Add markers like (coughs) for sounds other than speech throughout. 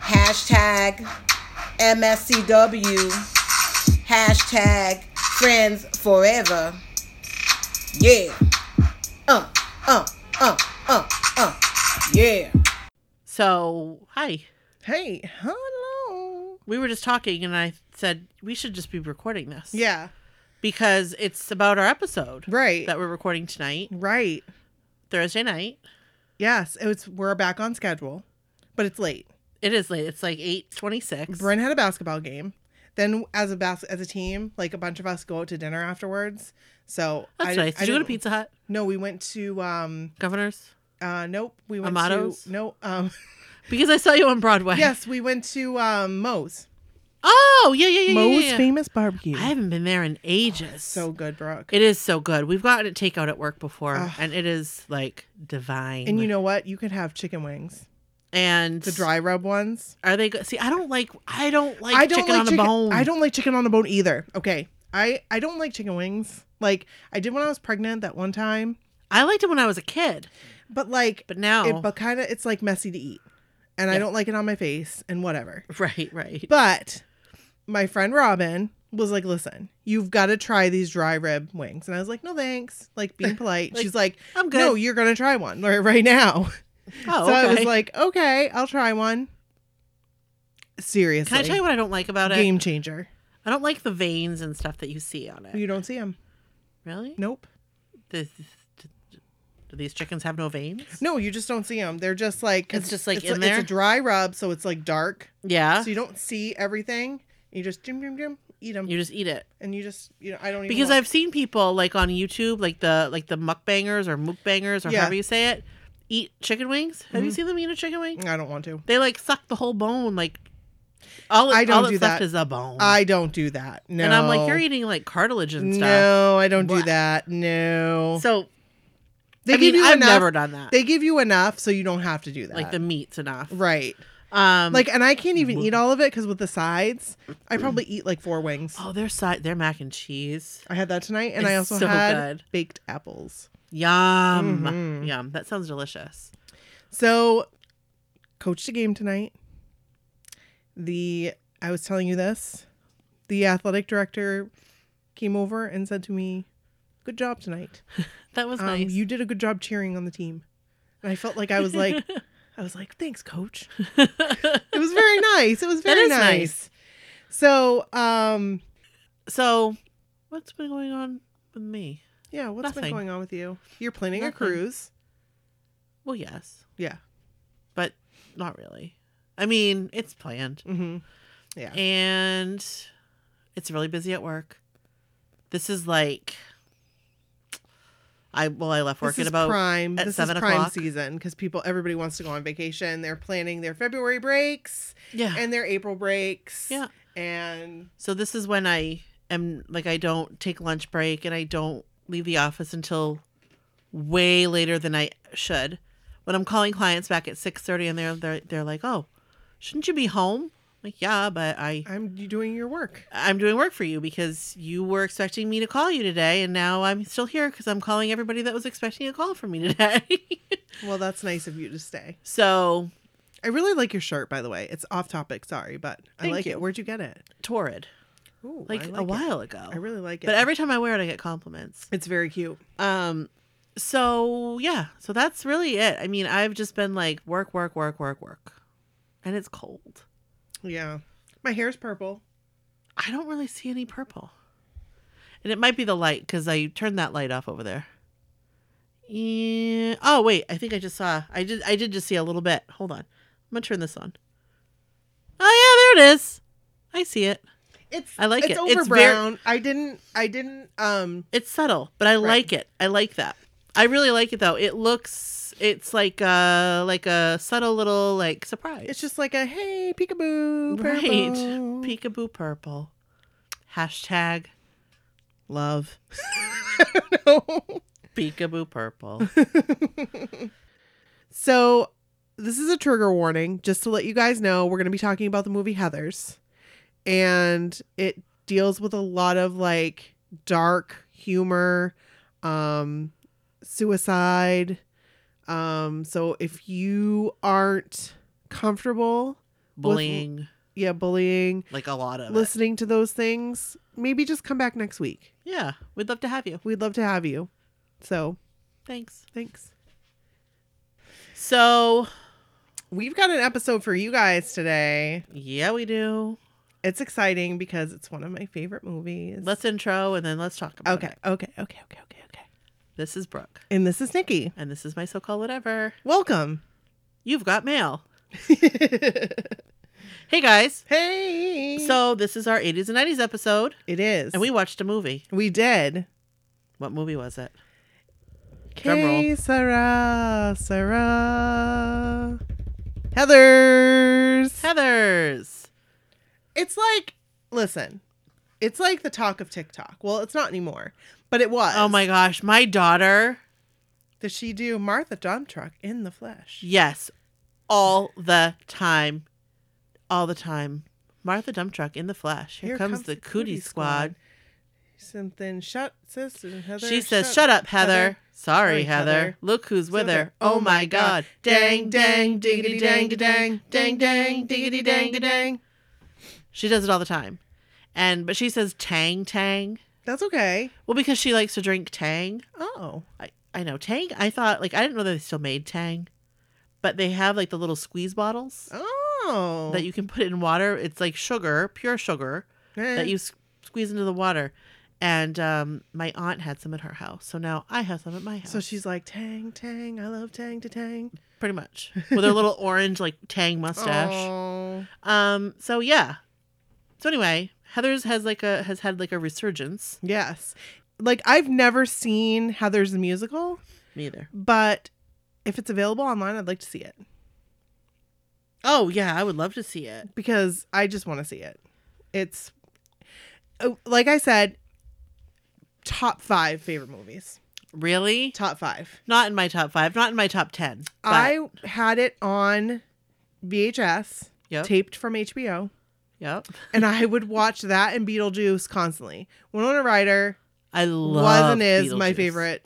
Hashtag MSCW. Hashtag friends forever. Yeah. Uh, uh, uh, uh, uh. Yeah. So, hi. Hey, hello. We were just talking, and I said we should just be recording this. Yeah, Because it's about our episode right, that we're recording tonight, right. Thursday night. Yes, it was. We're back on schedule, but it's late. It is late. It's like 8.26. Bryn had a basketball game. Then, as a bas- as a team, like a bunch of us go out to dinner afterwards. So That's nice. Did you go to didn't- Pizza Hut? No, we went to um Governors? uh nope we went Amato's? to no um (laughs) Because I saw you on Broadway. yes we went to um Moe's Oh, yeah, yeah, yeah, yeah, Moe's yeah. famous barbecue I haven't been there in ages. so good Brooke It is so good. We've gotten it takeout at work before, Ugh. and it is like divine. and you know what you could have chicken wings and the dry rub ones Are they good? See, I don't like. I don't like I don't chicken like on chicken, a bone. I don't like chicken on a bone either. Okay. I I don't like chicken wings. Like I did when I was pregnant that one time, I liked it when I was a kid, but like but now, it but kind of it's like messy to eat. And I Yeah. don't like it on my face and whatever. (laughs) right, right. But my friend Robin was like, "Listen, you've got to try these dry rib wings." And I was like, "No thanks." (laughs) Like being polite. Like, She's like, I'm good. "No, you're going to try one (laughs) right, right now." oh, so I was okay. like, "Okay, I'll try one." Seriously. can I tell you what I don't like about it? Game changer. I don't like the veins and stuff that you see on it. You don't see them. Really? Nope. The- the- do these chickens have no veins? No, you just don't see them. They're just like It's just, like, it's, in there? Uh. It's a dry rub, so it's like dark, Yeah. so you don't see everything. You just jim jim jim eat them, you just eat it and you just you know I don't even because look. I've seen people like on YouTube, like the like the mukbangers or mukbangers or Yeah. Mm-hmm. however you say it, eat chicken wings. Have you seen them eat a chicken wing? I don't want to. They like suck the whole bone. Like all it, I don't all do that's left that. is a bone. I don't do that. No, And I'm like, you're eating like cartilage and stuff. No, I don't do What? that. No, So they I mean, I've enough. never done that. They give you enough, so you don't have to do that. like the meat's enough. right, Um, like, and I can't even eat all of it because with the sides, I probably eat like four wings. oh, their side, their mac and cheese, I had that tonight, and I It's also so had good. baked apples. yum, Mhm. yum. That sounds delicious. So, coached a game tonight. The I was telling you this. The athletic director came over and said to me, "Good job tonight. That was Um, nice. You did a good job cheering on the team." And I felt like I was (laughs) like, I was like, "Thanks, coach." It (laughs) was very nice. It was That very is nice. So, um, so, what's been going on with me? yeah. What's been Nothing. going on with you? You're planning Nothing. a cruise. Well, yes, Yeah. but not really. I mean, it's planned, Mm-hmm. Yeah. and it's really busy at work. This is like, I well, I left work this at is about prime. at this seven is prime o'clock. season because people, everybody wants to go on vacation. They're planning their February breaks yeah, and their April breaks. yeah. and So this is when I am like I don't take lunch break and I don't leave the office until way later than I should. When I'm calling clients back at 6:30 and they're they're, they're like, "Oh, shouldn't you be home?" I'm like, "Yeah, but I I'm you doing your work. I'm doing work for you because you were expecting me to call you today and now I'm still here cuz I'm calling everybody that was expecting a call from me (laughs) today." Well, that's nice of you to stay. so, I really like your shirt, by the way. It's off topic. Sorry, but I Thank like you. it. Where'd you get it? torrid. Ooh, Like, I a it. while ago. I really like it. but every time I wear it I get compliments. it's very cute. Um so yeah, so that's really it. I mean, I've just been like work, work, work, work, work. And it's cold. Yeah, my hair's purple. I don't really see any purple. And it might be the light cuz I turned that light off over there. Yeah. Oh, wait, I think I just saw. I did I did just see a little bit. Hold on. I'm going to turn this on. Oh yeah, there it is. I see it. It's I like it's it. over It's very- brown. I didn't. I didn't. Um. It's subtle, but I like it. I like that. I really like it though. It looks it's like a like a subtle little like surprise. It's just like a hey peekaboo, right. purple." Peekaboo purple. Hashtag love. (laughs) (laughs) No. Peekaboo purple. So, this is a trigger warning just to let you guys know we're going to be talking about the movie Heathers. And it deals with a lot of like dark humor, um suicide. Um so if you aren't comfortable, Bullying. yeah, bullying, like a lot of it. listening to those things, maybe just come back next week. Yeah, we'd love to have you. We'd love to have you. So, Thanks. thanks. So, We've got an episode for you guys today. yeah, we do. It's exciting because it's one of my favorite movies. Let's intro and then let's talk about okay, it. okay, okay, okay, okay, okay. This is Brooke, And this is Nikki. and this is my so called whatever. (laughs) Welcome. You've got mail. hey. Hey guys. So, this is our 80s and 90s episode, it is. and we watched a movie. we did. What movie was it? Drum roll. Hey, Sarah, Sarah, Heather's. Heather's. it's like, listen, it's like the talk of TikTok. Well, it's not anymore, but it was. Oh my gosh, my daughter. Does she do Martha Dumtruck in the flesh? Yes, all the time. All the time. Martha Dump Truck in the flesh. Here, comes, the cootie squad. Something shut, sis. and Heather, She says, "Shut up, Heather. Sorry, Sorry, Heather. Heather. Look who's with Heather. her. Oh my God! Dang, dang, diggity, dang, da, dang, dang, dang, diggity, dang, da, dang." She does it all the time, and but she says Tang Tang. That's okay. Well, because she likes to drink Tang. Oh. I I know Tang. I thought like I didn't know they still made Tang, but they have like the little squeeze bottles Oh. that you can put in water. It's like sugar, pure sugar Eh. that you s- squeeze into the water. And um, my aunt had some at her house, so now I have some at my house. So she's like, Tang, Tang, I love Tang to Tang. pretty (laughs) much with her little orange like tang mustache Aw. um so yeah so anyway heather's has like a has had like a resurgence Yes. Like, I've never seen Heather's the musical, me either but if it's available online, I'd like to see it oh yeah i would love to see it because I just want to see it. It's, oh, like I said, top five favorite movies. really Top five. not in my top five not in my top ten but- I had it on VHS, yep taped from HBO. yep and I would watch that and Beetlejuice constantly. Winona Ryder i love was and is my Beetlejuice. favorite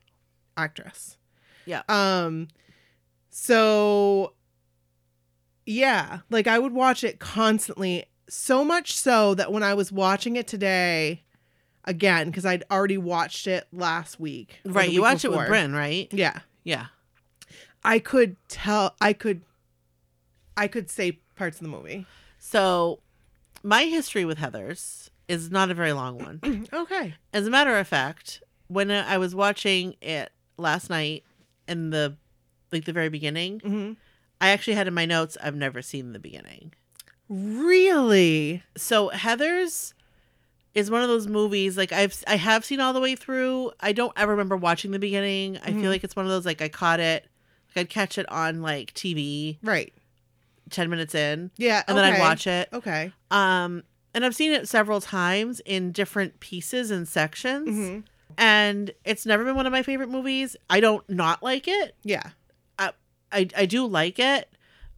actress. Yeah. Um. So, yeah, like I would watch it constantly, so much so that when I was watching it today, again because I'd already watched it last week. or the right you week watch it before. with bryn right Yeah, yeah I could tell. I could. I could say parts of the movie. so my history with heather's is not a very long one okay. As a matter of fact, when I was watching it last night in the like the very beginning, hmm I actually had in my notes I've never seen the beginning. Really? So Heather's is one of those movies like I've I have seen all the way through. I don't ever remember watching the beginning. I Mhm. feel like it's one of those like I caught it like I'd catch it on like TV Right. 10 minutes in Yeah. and then I'd watch it. Okay. Um and I've seen it several times in different pieces and sections. Mhm. and it's never been one of my favorite movies. I don't not like it. Yeah. I I do like it.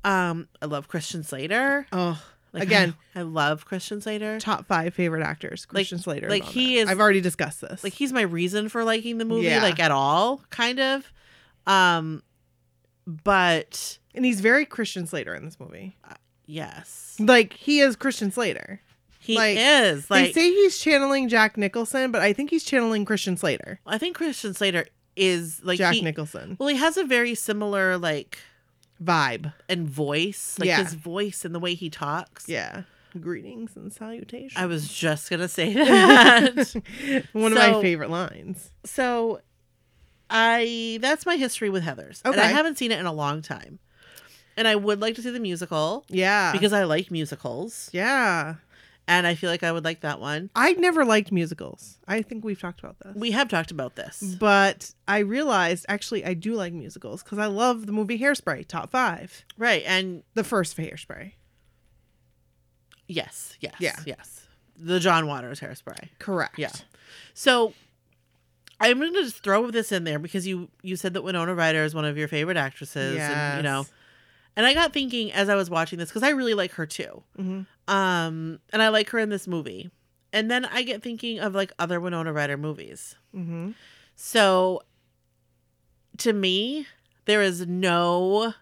Um, I love Christian (laughs) Slater. Oh, Like, Again. I, I love Christian Slater. top five favorite actors. Christian Slater. is like, on he there. is- I've already discussed this. Like he's my reason for liking the movie, Yeah. like at all, kind of. Um, but and he's very Christian Slater in this movie. yes, Like he is Christian Slater. he Like, is like. they say he's channeling Jack Nicholson, but I think he's channeling Christian Slater. I think Christian Slater is like Jack he, Nicholson Well, he has a very similar like vibe. and voice, like Yeah. his voice and the way he talks. Yeah. Greetings and salutations. I (laughs) was just gonna say that. (laughs) One of my So- favorite lines. so i that's my history with heathers and i Okay. haven't seen it in a long time and i would like to see the musical Yeah. because i like musicals yeah. and I feel like I would like that one. I never liked musicals. I think we've talked about this. We have talked about this. Mm. but I realized actually I do like musicals because I love the movie Hairspray, top five. Right. And The first Hairspray. yes, yes, Yeah. yes. The John Waters hairspray. Correct. Yeah. So I'm going to just throw this in there because you you said that Winona Ryder is one of your favorite actresses and you know. Yes. And I got thinking as I was watching this cuz I really like her too. Mhm. Um and I like her in this movie. And then I get thinking of like other Winona Ryder movies. Mm-hmm. So to me, there is no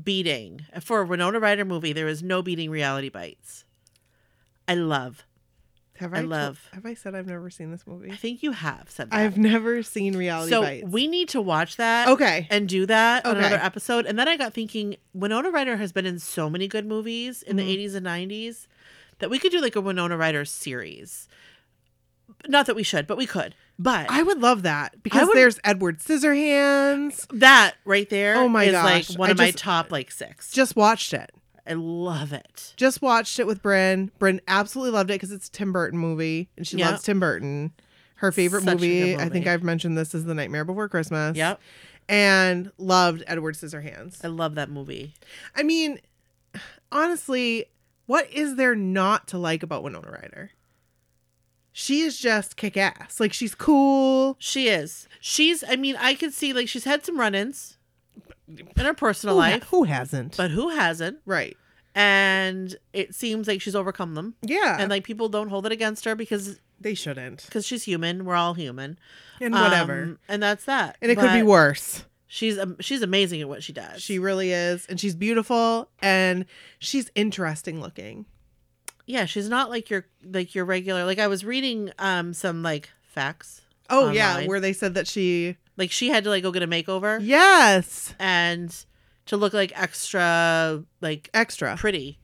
beating for a Winona Ryder movie, there is no beating reality bites. I love. Have I I, to- love- have I said I've never seen this movie? I think you have said that. (laughs) I've never seen Reality so Bites. we need to watch that. okay. and do that on Okay. another episode. And then I got thinking, Winona Ryder has been in so many good movies in Mhm. the 80s and 90s that we could do like a Winona Ryder series. Not that we should, but we could. But I would love that because would- there's Edward Scissorhands. that right there Oh my is, gosh. like one I of my just- top like six. Just watched it. I love it. Just watched it with Bryn. Bryn absolutely loved it because it's a Tim Burton movie and she Yeah. loves Tim Burton. Her favorite Such a good movie, I think movie. I've mentioned this, is The Nightmare Before Christmas. Yep. And loved Edward Scissorhands. I love that movie. I mean, honestly, what is there not to like about Winona Ryder? She is just kick ass. Like she's cool. She is. She's, I mean, I could see like she's had some run ins in her personal Who ha- life, who hasn't? but who hasn't? right. And it seems like she's overcome them. Yeah. And like people don't hold it against her because they shouldn't. because she's human. We're all human. And whatever. Um, and that's that. and it could be But worse. She's um, she's amazing at what she does. She really is. And she's beautiful and she's interesting looking. yeah, she's not like your like your regular. Like I was reading um some like facts. Oh, yeah. Online. Where they said that she. Like she had to like go get a makeover Yes. and to look like extra like Extra. pretty,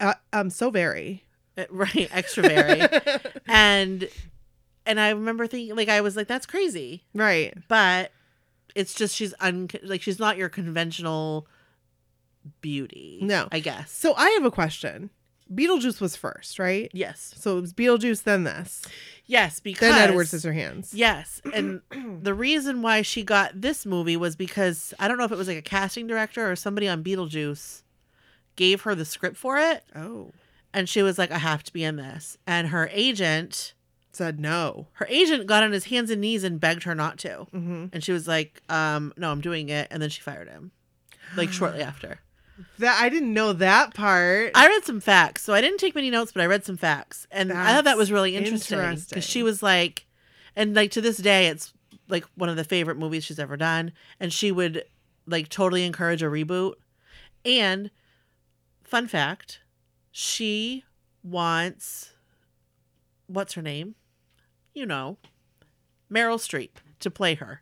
Uh, um, so very. Uh, (laughs) right? Extra (laughs) very and and I remember thinking like I was like that's crazy, right. but it's just she's un like she's not your conventional beauty. No. I guess So I have a question. Beetlejuice was first, right? yes, So it was Beetlejuice, then this, yes because then Edward Scissorhands. Yes, and (clears throat) the reason why she got this movie was because I don't know if it was like a casting director or somebody on Beetlejuice gave her the script for it, Oh, and she was like, "I have to be in this." And her agent, said no. her agent got on his hands and knees and begged her not to, Mm-hmm. and she was like, um, "No, I'm doing it," and then she fired him, like (gasps) shortly after. That I didn't know that part. I read some facts, so I didn't take many notes, but I read some facts, and I thought that That's was really interesting because she interesting. was like, and like to this day, it's like one of the favorite movies she's ever done, and she would like totally encourage a reboot. And fun fact, she wants what's her name, you know, Meryl Streep to play her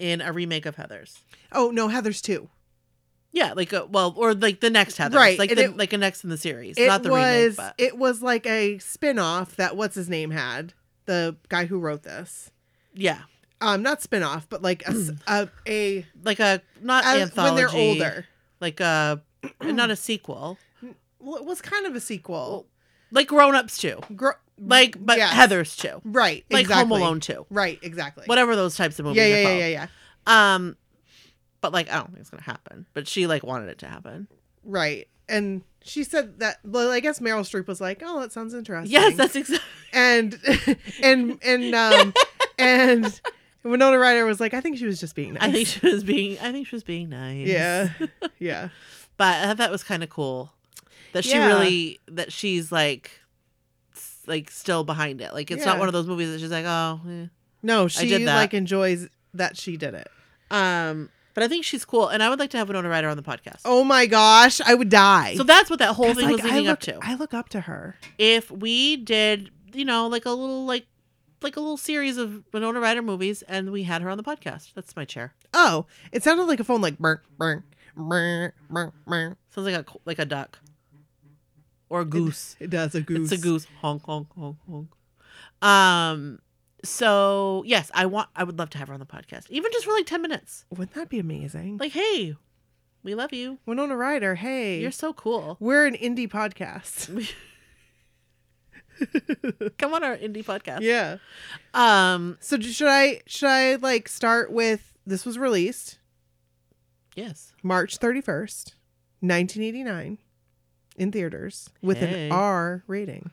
in a remake of Heather's. oh no, Heather's too. Yeah, like a, well, or like the next Heather, Right, Like and the, it- like a next in the series, It not the was remake. But. it was like a spin-off that what's his name had the guy who wrote this. yeah, Um, not spin-off, but like a s- a, a- like a Mm. not a- when anthology. they're older. like a (clears throat) not a sequel, Well, it was kind of a sequel. like Grown Ups too, Gr- like but yes. Heather's too, right? like exactly. Home Alone too, Right, exactly. whatever those types of movies. Yeah, are yeah, yeah, called. yeah, yeah. Um, but like I don't think it's gonna happen. But she like wanted it to happen. Right. And she said that. Well, I guess Meryl Streep was like, "Oh, that sounds interesting." Yes, (laughs) that's exactly. and and and um and Winona Ryder was like, I think she was just being nice. I think she was being. I think she was being nice. yeah, yeah, but I thought that was kind of cool that she Yeah. really that she's like s- like still behind it. Like it's not Yeah. one of those movies that she's like oh. eh. no, she did that. like enjoys that she did it. Um, but I think she's cool, and I would like to have Winona Ryder on the podcast. Oh my gosh, I would die. So that's what that whole 'Cause, thing like, was I leading look, up to. I look up to her. if we did, you know, like a little like like a little series of Winona Ryder movies, and we had her on the podcast. That's my chair. Oh, it sounded like a phone, like burr, burr, burr, burr, burr. Sounds like a co- like a duck or a goose. It does a goose. It's a goose. Honk honk honk honk. Um. So yes, I want. I would love to have her on the podcast, even just for like ten minutes. Wouldn't that be amazing? Like, hey, we love you. Winona Ryder. Hey, (laughs) You're so cool. we're an indie podcast. Come on our indie podcast. Yeah. Um. So j- should I should I like start with this was released Yes. March 31st, 1989 in theaters with Hey. an R rating.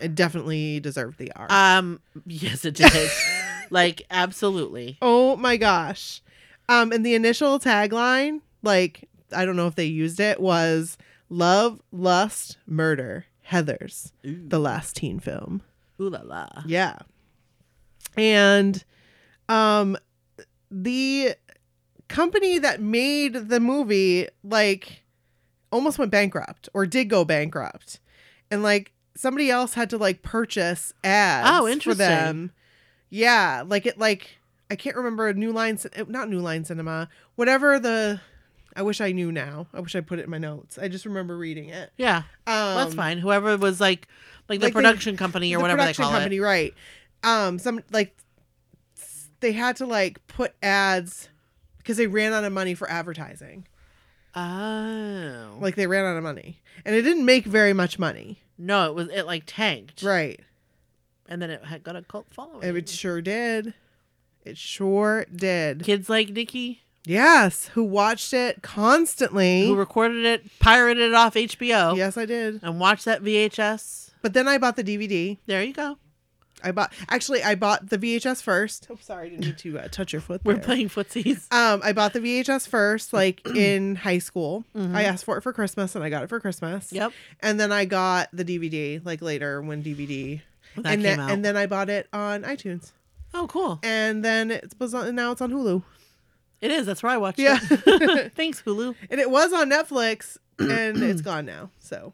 It definitely deserved the R. Um. Yes, it (laughs) did. like absolutely. oh my gosh. Um and the initial tagline, like I don't know if they used it was love, lust, murder, Heathers, Ooh, the last teen film. ooh la la. Yeah. And um the company that made the movie like almost went bankrupt or did go bankrupt. And like somebody else had to like purchase ads Oh, for interesting. them. Yeah, like it like I can't remember New Line Cin- not New Line Cinema, whatever the I wish I knew now. I wish I put it in my notes. I just remember reading it. Yeah. Um Well, that's fine. Whoever was like, like the like they- production company or the whatever they production call company, right? Um, some like they had to like put ads because they ran out of money for advertising. it. Oh. Like they ran out of money, and it didn't make very much money, no, it was it like tanked. right? And then it had got a cult following. And It sure did. It sure did. Kids like Nikki, Yes, who watched it constantly? who oh. recorded it, pirated it off HBO, yes, I did. and watched that VHS. But then I bought the DVD. There you go. I bought actually I bought the VHS first. Oh, sorry, I didn't need to uh, touch your foot. We're there. playing footsies. Um, I bought the VHS (clears throat) first, like in high school. Mhm. I asked for it for Christmas, and I got it for Christmas. Yep. And then I got the DVD, like later when DVD. When that came and then out. and then I bought it on iTunes, oh, cool. and then it was on. and Now it's on Hulu, It is. That's where I watched Yeah. it. (laughs) Thanks, Hulu. and it was on Netflix, (clears throat) and it's gone now. So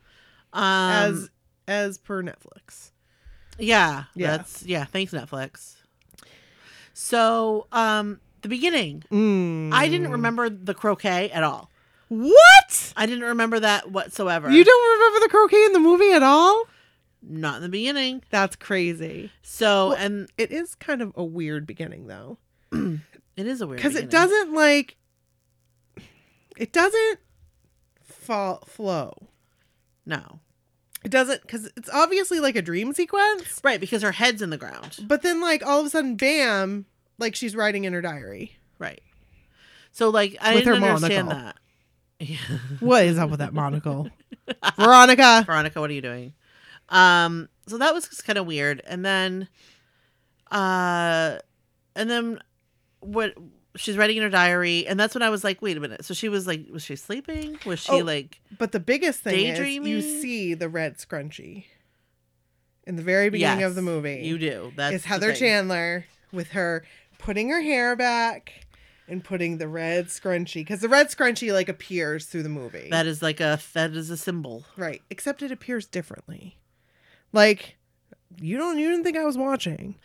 Um, as as per Netflix, yeah, Yeah. That's yeah. Thanks, Netflix. So, um, the beginning. mm. I didn't Mm. remember the croquet at all. what I didn't remember that whatsoever. you don't remember the croquet in the movie at all. Not in the beginning. That's crazy. So, Well- and It is kind of a weird beginning though. it is a weird because beginning. it doesn't like it doesn't fall flow No, it doesn't because it's obviously like a dream sequence right? Because her head's in the ground. but then like all of a sudden bam like she's writing in her diary Right. So, like, I With her didn't understand monocle. that. Yeah. what is up with that monocle veronica (laughs) Veronica, what are you doing? Um, so that was kind of weird. And then, uh, and then what? She's writing in her diary, and that's when I was like, "Wait a minute." So she was like, "Was she sleeping? Was she Oh. like?" but the biggest thing is you Daydreaming? see the red scrunchie in the very beginning of Yes, the movie You do. That's it's the heather thing. chandler with her putting her hair back and putting the red scrunchie because the red scrunchie like appears through the movie That is like a that is a symbol. Right. Except it appears differently. Like you don't you didn't think I was watching.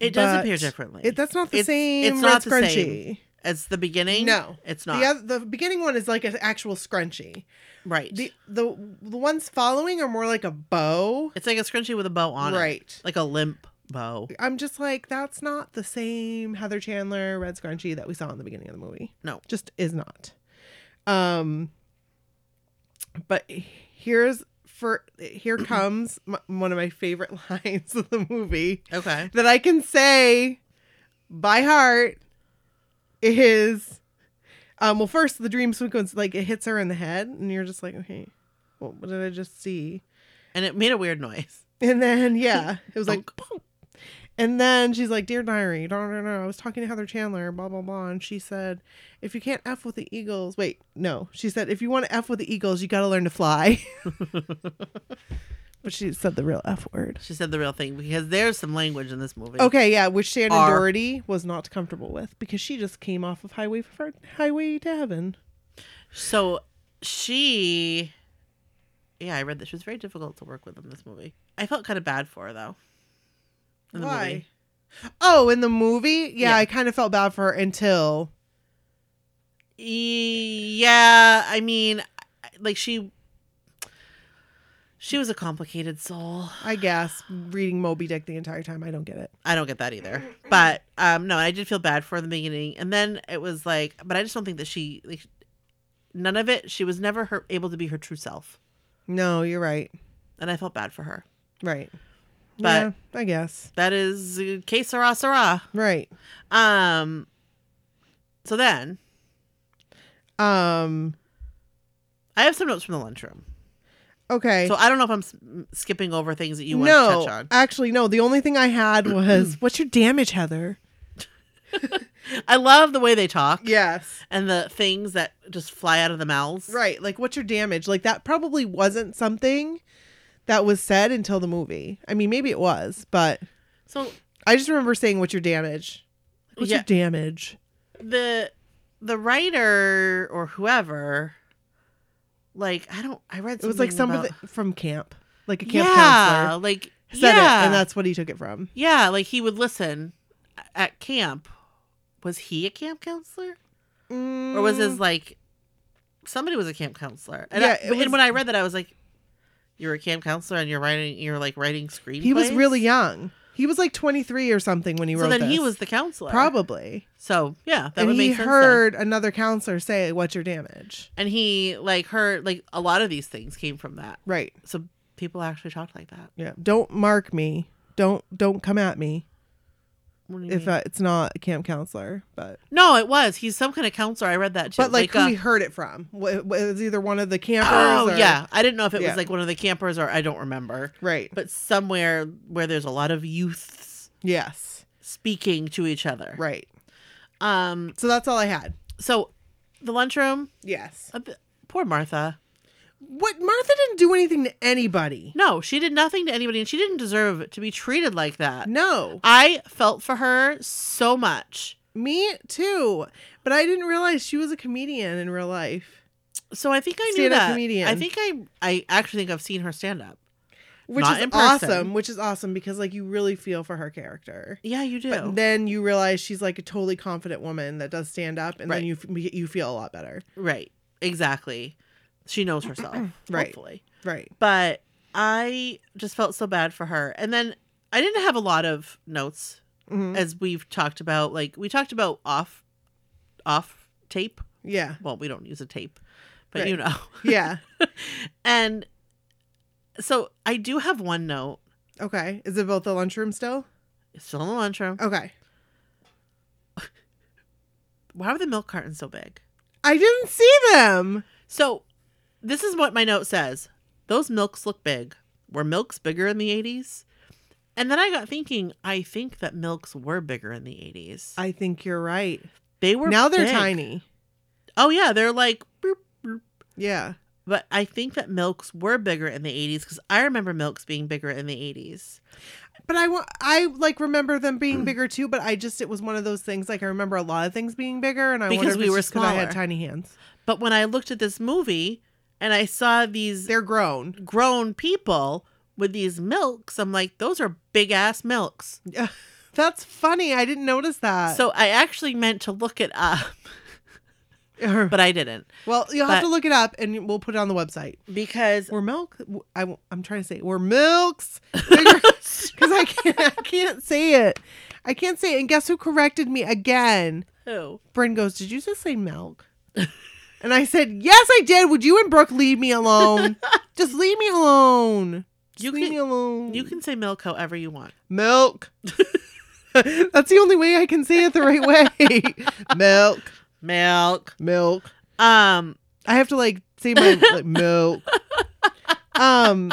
It does But appear differently. It that's not the It's- same it's red not the scrunchie. It's the beginning. No. it's The not. oth- the beginning one is like an actual scrunchie. right. The the the ones following are more like a bow. it's like a scrunchie with a bow on it. right. Like a limp bow. I'm just like that's not the same Heather Chandler red scrunchie that we saw in the beginning of the movie. No. Just is not. Um but here's for here comes m one of my favorite (laughs) lines of the movie. Okay. that I can say by heart is um well first the dream sequence like it hits her in the head and you're just like okay well, what did I just see And it made a weird noise. and then yeah it was like "Pop." and then she's like dear diary no no no I was talking to Heather Chandler blah blah blah and she said if you can't f with the eagles wait no she said if you want to f with the eagles you got to learn to fly (laughs) but she said the real f word She said the real thing because there's some language in this movie. Okay, yeah, which Shannon Are- Doherty was not comfortable with because she just came off of Highway for Highway to Heaven. So she, yeah, I read that she was very difficult to work with in this movie. I felt kind of bad for her though. In the Why? movie. Oh, in the movie, yeah, Yeah. I kind of felt bad for her until E- yeah, I mean, I- like she, she was a complicated soul. I guess reading Moby Dick the entire time. I don't get it. I don't get that either. But um no, I did feel bad for her in the beginning. And then it was like but I just don't think that she like none of it she was never her, able to be her true self. No, you're right. and I felt bad for her. Right. But- yeah, I guess. That is uh, que sera sera. Right. Um. So then Um. I have some notes from the lunchroom. Okay. So I don't know if I'm s- skipping over things that you want no, to touch on. actually, no. The only thing I (clears throat) had was, "What's your damage, Heather?" I love the way they talk Yes. and the things that just fly out of the mouths. Right. Like, what's your damage? Like that probably wasn't something that was said until the movie. I mean, maybe it was, but So I just remember saying, "What's your damage?" What's Yeah. your damage? the the writer or whoever, like I don't. I read It something was like someone about- that- from camp, like a camp yeah, counselor, like said yeah, it, and that's what he took it from. yeah, like he would listen a- at camp. Was he a camp counselor? or was his like somebody was a camp counselor and, Mm. Yeah, I- it was- and when i read that i was like you're a camp counselor and you're writing you're like writing screenplays He was really young. He was like 23 or something when he wrote so then he this. was the counselor probably. so yeah that and would he make sense heard heard another counselor say, "What's your damage?" and he like heard like a lot of these things came from that Right. so people actually talked like that Yeah. Don't mark me. Don't don't come at me What do you if mean? uh, it's not a camp counselor, but no it was he's some kind of counselor i read that too but like, uh, who he heard it from Wh- wh- it was either one of the campers. oh or- yeah i didn't know if it Yeah. was like one of the campers or i don't remember Right. but somewhere where there's a lot of youths yes. speaking to each other Right. um So that's all I had. So, the lunchroom. Yes. a bit- Poor Martha. What Martha didn't do anything to anybody. No, she did nothing to anybody, and she didn't deserve to be treated like that. No. I felt for her so much. Me too. But I didn't realize she was a comedian in real life. So I think I knew Stand-up that. comedian. I think I, I actually think I've seen her stand up. which Not is in person. awesome which is awesome because like you really feel for her character Yeah, you do. but then you realize she's like a totally confident woman that does stand up and Right. then you f- you feel a lot better right, exactly. She knows herself. (clears throat) Right. Hopefully, right but I just felt so bad for her. And then I didn't have a lot of notes, Mhm. as we've talked about. Like we talked about off, off tape. yeah well, we don't use a tape, but you know. (laughs) yeah And so I do have one note. okay is it about the lunchroom still It's still in the lunchroom. okay Why are the milk cartons so big? i didn't see them So this is what my note says. Those milks look big. Were milks bigger in the 80s? And then I got thinking, I think that milks were bigger in the 80s. i think you're right they were now they're big. tiny Oh yeah, they're like boop, boop. yeah but I think that milks were bigger in the 80s cuz I remember milks being bigger in the 80s. but i want i like remember them (clears throat) being bigger too but i just it was one of those things like i remember a lot of things being bigger and i Because wondered if we it's were just 'cause i had smaller. tiny hands (laughs) But when I looked at this movie and I saw these they're grown grown people with these milks, I'm like, those are big ass milks. that's funny i didn't notice that So I actually meant to look it up, (laughs) but I didn't (laughs) Well, you'll have But- to look it up, and we'll put it on the website. because We're milk. I, am trying to say (laughs) we're milks because I can't. I can't say it. I can't say it. And guess who corrected me again? who? Bryn goes, "Did you just say milk?" (laughs) And I said, "Yes, I did." Would you and Brooke leave (laughs) me alone? just leave me alone. Just You leave can- me alone. You can say milk however you want. milk. (laughs) That's the only way I can say it the right (laughs) way. milk, Milk. milk. Um, I have to like say my like milk. Um.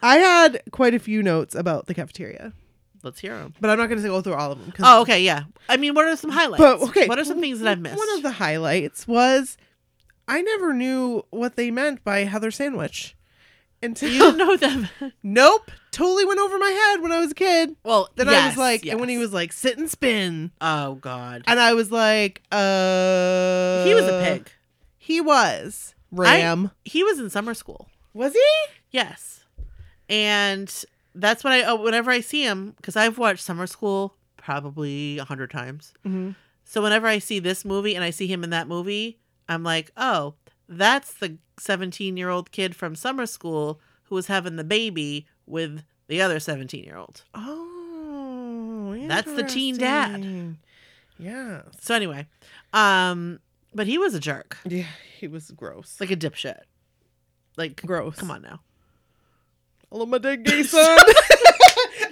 I had quite a few notes about the cafeteria, let's hear them. but I'm not going to go through all of them. 'cause- Oh, okay, yeah. I mean, what are some highlights? But okay, what are some things that I've missed? One of the highlights was I never knew what they meant by Heather sandwich until you (laughs) don't know them. nope, totally went over my head when I was a kid. well, Then I was yes, like, and when he yes. was like, sit and spin. oh god, And I was like, uh. he was a pig. He was. I- Ram. he was in summer school. was he? Yes. And that's when I, oh, whenever I see him, because I've watched Summer School probably a hundred times. So whenever I see this movie and I see him in that movie, I'm like, oh, that's the 17 year old kid from Summer School who was having the baby with the other 17 year old. Oh. That's the teen dad. interesting. Yes. So anyway, um, but he was a jerk, Yeah, he was gross. like a dipshit, like gross. come on now. Hello, my dick, gay (laughs) son.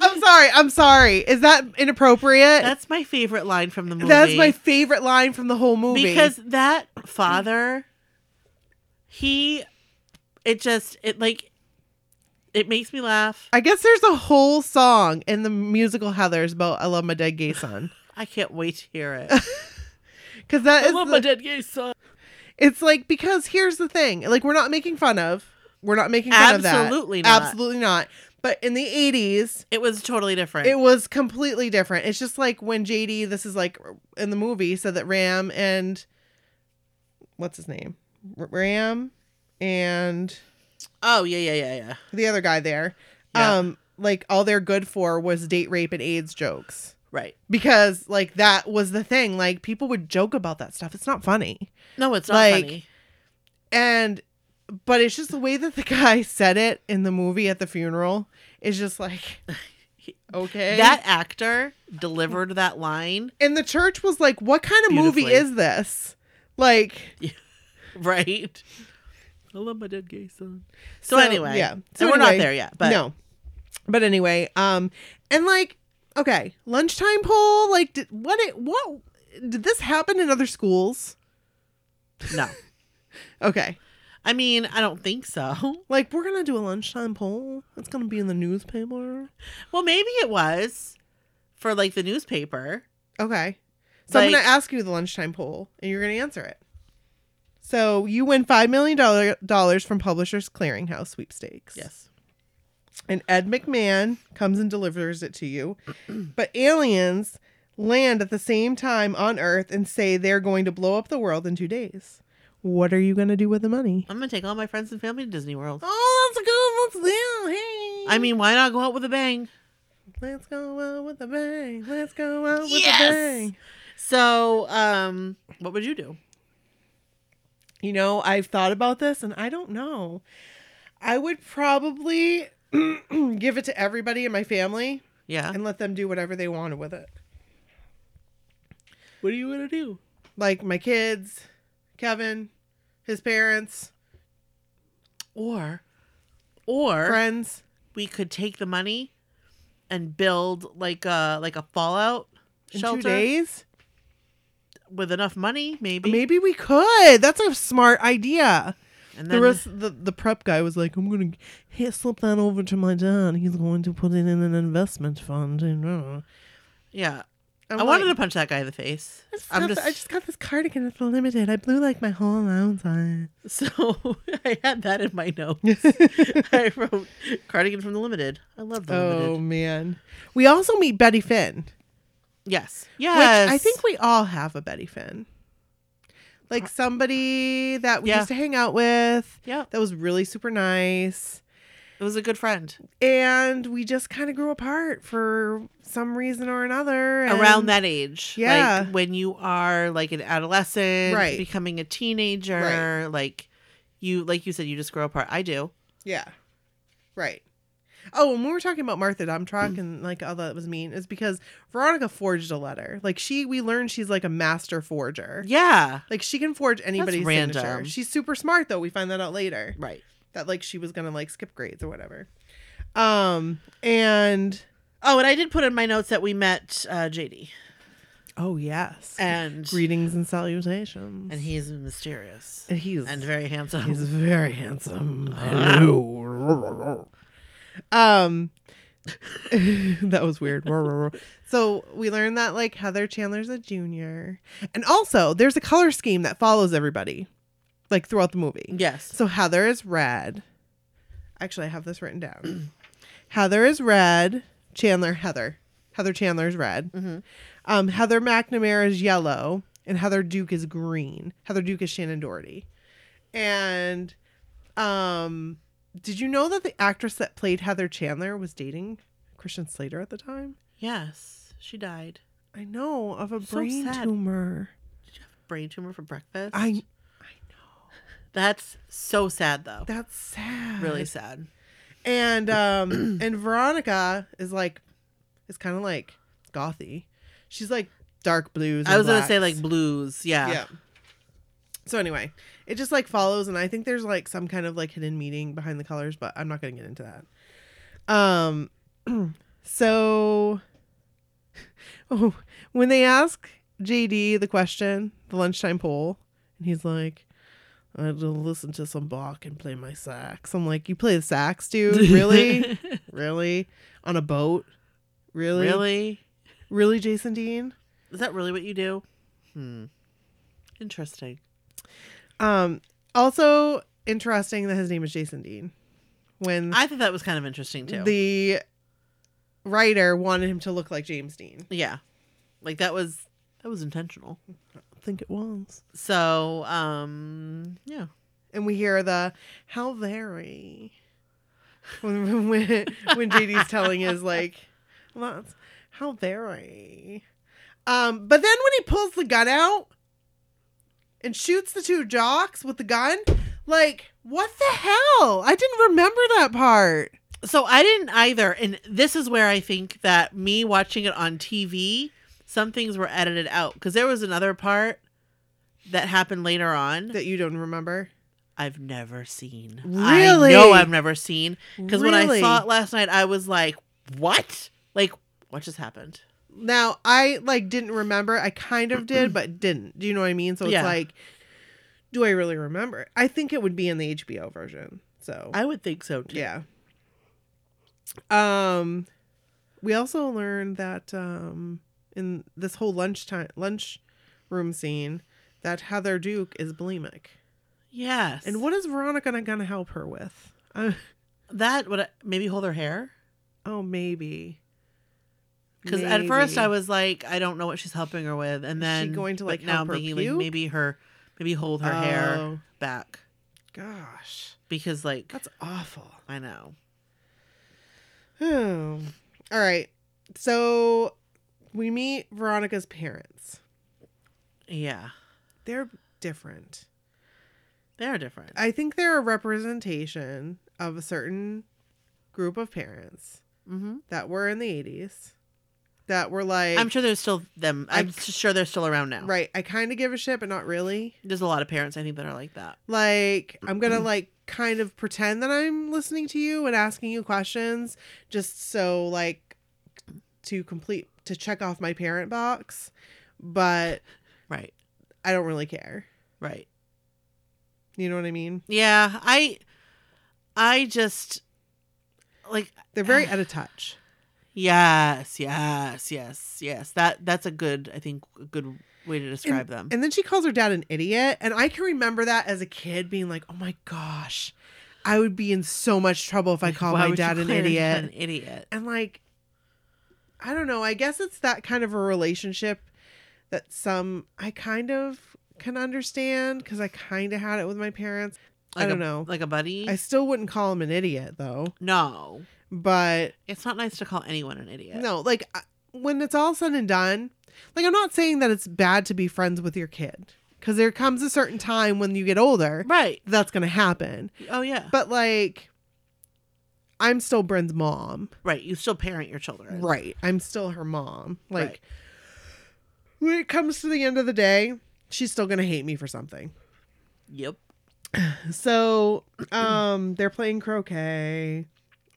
I'm sorry. I'm sorry. Is that inappropriate? That's my favorite line from the movie. That's my favorite line from the whole movie. because that father, he, it just it like, it makes me laugh. I guess there's a whole song in the musical Heather's about I love my dead gay son. I can't wait to hear (laughs) it. Because that is the- dead gay son. it's like because here's the thing. Like we're not making fun of. We're not making fun of that. Absolutely not. Absolutely not. But in the 80s, It was totally different. it was completely different. It's just like when JD, this is like in the movie, said that Ram and what's his name? R- Ram and oh yeah yeah yeah yeah. the other guy there. Yeah. Um, like all they're good for was date rape and AIDS jokes. Right. Because like that was the thing. Like people would joke about that stuff. It's not funny. No, it's not Like, funny. And but it's just the way that the (laughs) guy said it in the movie at the funeral is just like (laughs) okay. That actor delivered that line (laughs) and the church was like, What kind of movie Beautifully. is this? Like right. I love my dead gay son. So, anyway, yeah. So we're anyway, not there yet, but no. But anyway, um, and like, okay, lunchtime poll. Like, did, what? It, what did this happen in other schools? (laughs) no. Okay, I mean, I don't think so. (laughs) like we're gonna do a lunchtime poll. It's gonna be in the newspaper. Well, maybe it was for like the newspaper. Okay, so I'm Like- gonna ask you the lunchtime poll, and you're gonna answer it. So you win five million dollar- dollars from Publishers Clearinghouse sweepstakes. Yes. and Ed McMahon comes and delivers it to you. but aliens land at the same time on Earth and say they're going to blow up the world in two days. What are you going to do with the money? I'm gonna take all my friends and family to Disney World. Oh, let's go, let's go, hey. I mean, why not go out with a bang? let's go out with a bang. Let's go out with Yes! a bang. So, um, what would you do? You know, I've thought about this and I don't know. I would probably (clears throat) give it to everybody in my family Yeah. and let them do whatever they wanted with it. What are you gonna do? like my kids, Kevin, his parents, Or, or friends. we could take the money and build like a like a fallout In shelter two days, with enough money, maybe. maybe we could. That's a smart idea. and The then rest, the, the prep guy was like, "I'm gonna hey, slip that over to my dad. He's going to put it in an investment fund." And uh, yeah, I'm I wanted to like, punch that guy in the face. I just, I'm got just, the- I just got this cardigan at the limited. I blew like my whole allowance on (laughs) so (laughs) I had that in my (laughs) notes. it. I wrote Cardigan from the Limited. I love the oh Limited. man, we also meet Betty Finn. Yes, yes. Which I think we all have a Betty Finn. Like somebody that we Uh, Yeah. used to hang out with yeah, that was really super nice. it was a good friend And we just kind of grew apart for some reason or another. and- around that age. Yeah. like when you are like an adolescent, Right. becoming a teenager, like you, like you said, you just grow apart. I do. Yeah. Right. Oh, and when we were talking about Martha Domtrach and like all that was mean, is because Veronica forged a letter. Like she, we learned she's like a master forger. Yeah, Like she can forge anybody's signature. random. She's super smart though. We find that out later. right. that like she was gonna like skip grades or whatever. Um and Oh, and I did put in my notes that we met uh, JD oh yes, and greetings and salutations. and he's mysterious And he's and very handsome. (laughs) he's very handsome. Hello. um, (laughs) that was weird. so we learned that like Heather Chandler's a junior, and also there's a color scheme that follows everybody, like throughout the movie. yes. So Heather is red. Actually, I have this written down. (clears throat) Heather is red. Chandler, Heather. Heather Chandler is red. Mhm. Um, Heather McNamara is yellow, and Heather Duke is green. Heather Duke is Shannon Doherty. And um, did you know that the actress that played Heather Chandler was dating Christian Slater at the time? Yes, she died. I know of a So brain sad. tumor. Brain tumor for breakfast. I That's so sad though. that's sad. really sad. (clears throat) and um and veronica is like it's kind of like gothy she's like dark blues. I and was gonna say blacks. like blues. Yeah. yeah. So anyway, it just like follows, and I think there's like some kind of like hidden meaning behind the colors, but I'm not gonna get into that. Um, (clears throat) so, (laughs) oh, when they ask JD the question, the lunchtime poll, and he's like, "I will listen to some Bach and play my sax." I'm like, "You play the sax, (laughs) dude? Really? really? On a boat? Really? really? Really, Jason Dean?" Is that really what you do? Hmm. Interesting. Um, also interesting that his name is Jason Dean. When I thought that was kind of interesting too. the writer wanted him to look like James Dean, yeah. Like that was that was intentional. I think it was. So, um yeah. And we hear the how very when when when JD's telling his like lots how very. Um, but then when he pulls the gun out and shoots the two jocks with the gun, like what the hell? I didn't remember that part. So I didn't either and this is where I think that me watching it on TV, some things were edited out cuz there was another part that happened later on That you don't remember. I've never seen. Really? I know I've never seen because when I Really? saw it last night I was like, "What? Like what just happened?" Now I like didn't remember. I kind of did, but didn't. Do you know what I mean? So it's Yeah. like, do I really remember? I think it would be in the HBO version. So I would think so too. yeah. Um, we also learned that um in this whole lunchtime lunchroom scene that Heather Duke is bulimic. Yes. And what is Veronica gonna help her with? Uh, that would uh, maybe hold her hair? oh, maybe. Because at first Maybe. I was like, I don't know what she's helping her with, and Is she then going to, but like, now help I'm her thinking puke? like maybe her maybe hold her hair Oh, back Gosh, because like that's awful. I know Oh. All right. So we meet Veronica's parents. yeah They're different. they are different. I think they're a representation of a certain group of parents mm-hmm. that were in the 80s that were like, I'm sure there's still them. I'm I- sure they're still around now. right, I kind of give a shit, but not really. There's a lot of parents I think that are like that. Like, I'm going to like kind of pretend that I'm listening to you and asking you questions just so, like, to complete, to check off my parent box, but Right. I don't really care. Right. You know what I mean? Yeah. I. I just like They're very out of touch. yes, yes, yes, yes. That that's a good I think a good way to describe them. And then she calls her dad an idiot. And I can remember that as a kid being like, oh my gosh, I would be in so much trouble if (laughs) I Like, called why my would you dad an call your dad idiot. An idiot. And like, I don't know. I guess it's that kind of a relationship that some I kind of can understand because I kind of had it with my parents. I Like don't a- know. Like a buddy. I still wouldn't call him an idiot though. No, But it's not nice to call anyone an idiot. No, like I- when it's all said and done, like I'm not saying that it's bad to be friends with your kid because there comes a certain time when you get older Right. that's going to happen. Oh yeah. But like, I'm still Bryn's mom, right. You still parent your children. right? I'm still her mom. Like, Right. when it comes to the end of the day, she's still going to hate me for something. Yep. So, um, they're playing croquet,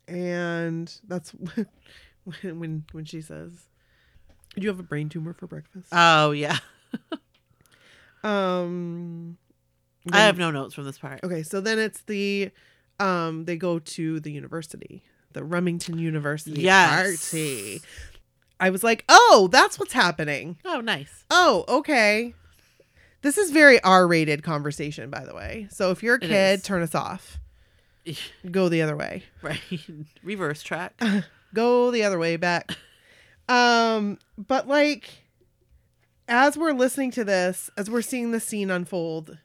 and that's (laughs) when when when she says, "Do you have a brain tumor for breakfast?" Oh (laughs) yeah. Um, I have no notes from this part. okay. So then it's the, um, they go to the university, the Remington University Yes. party. I was like, oh, that's what's happening. Oh nice. (laughs) Oh, okay. This is very R-rated conversation, by the way. So if you're a It kid, is. turn us off. Go the other way. right. Reverse track. Uh-huh. Go the other way back. Um, but like, as we're listening to this, as we're seeing the scene unfold,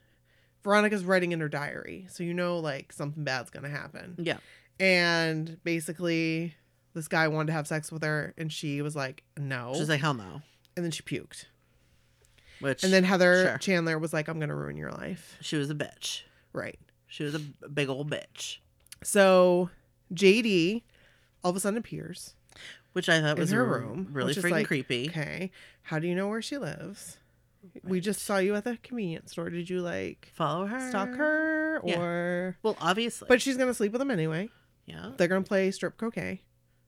Veronica's writing in her diary. So you know, like, something bad's going to happen. Yeah. And basically, this guy wanted to have sex with her, and she was like, no. She's like hell no. and then she puked. Which And then Heather Sure. Chandler was like, I'm going to ruin your life. she was a bitch. Right. She was a b- big old bitch. So JD all of a sudden appears which I thought in was her r- room. really which is freaking like, creepy. Okay, how do you know where she lives? We just saw you at the convenience store. Did you like Follow her, stalk her Uh, Yeah. or? Well, obviously, But she's gonna sleep with him anyway. yeah, They're gonna play strip cocaine,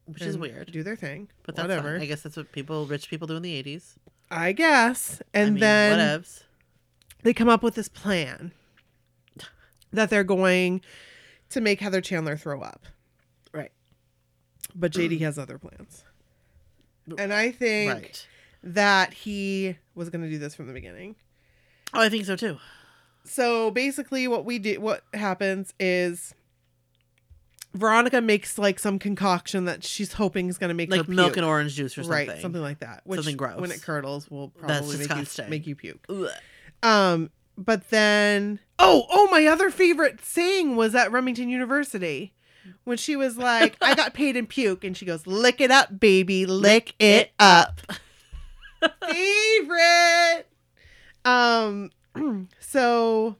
which is and weird. Do their thing, But but that's whatever. Fine. I guess that's what people, rich people, do in the eighties. I guess. I And mean, then whatevs. they come up with this plan that they're going to make Heather Chandler throw up. Right. But JD has other plans. And I think Right. that he was going to do this from the beginning. Oh, I think so too. So basically what we do what happens is Veronica makes like some concoction that she's hoping is going to make Like her milk puke. and orange juice or something. Right, something like that. Which Something gross. when it curdles will That's probably make you, disgusting. make you puke. Ugh. Um, but then oh, oh, my other favorite saying was at Remington University when she was like, "I got paid in puke," and she goes, "Lick it up, baby, lick it up." favorite. Um, (clears throat) so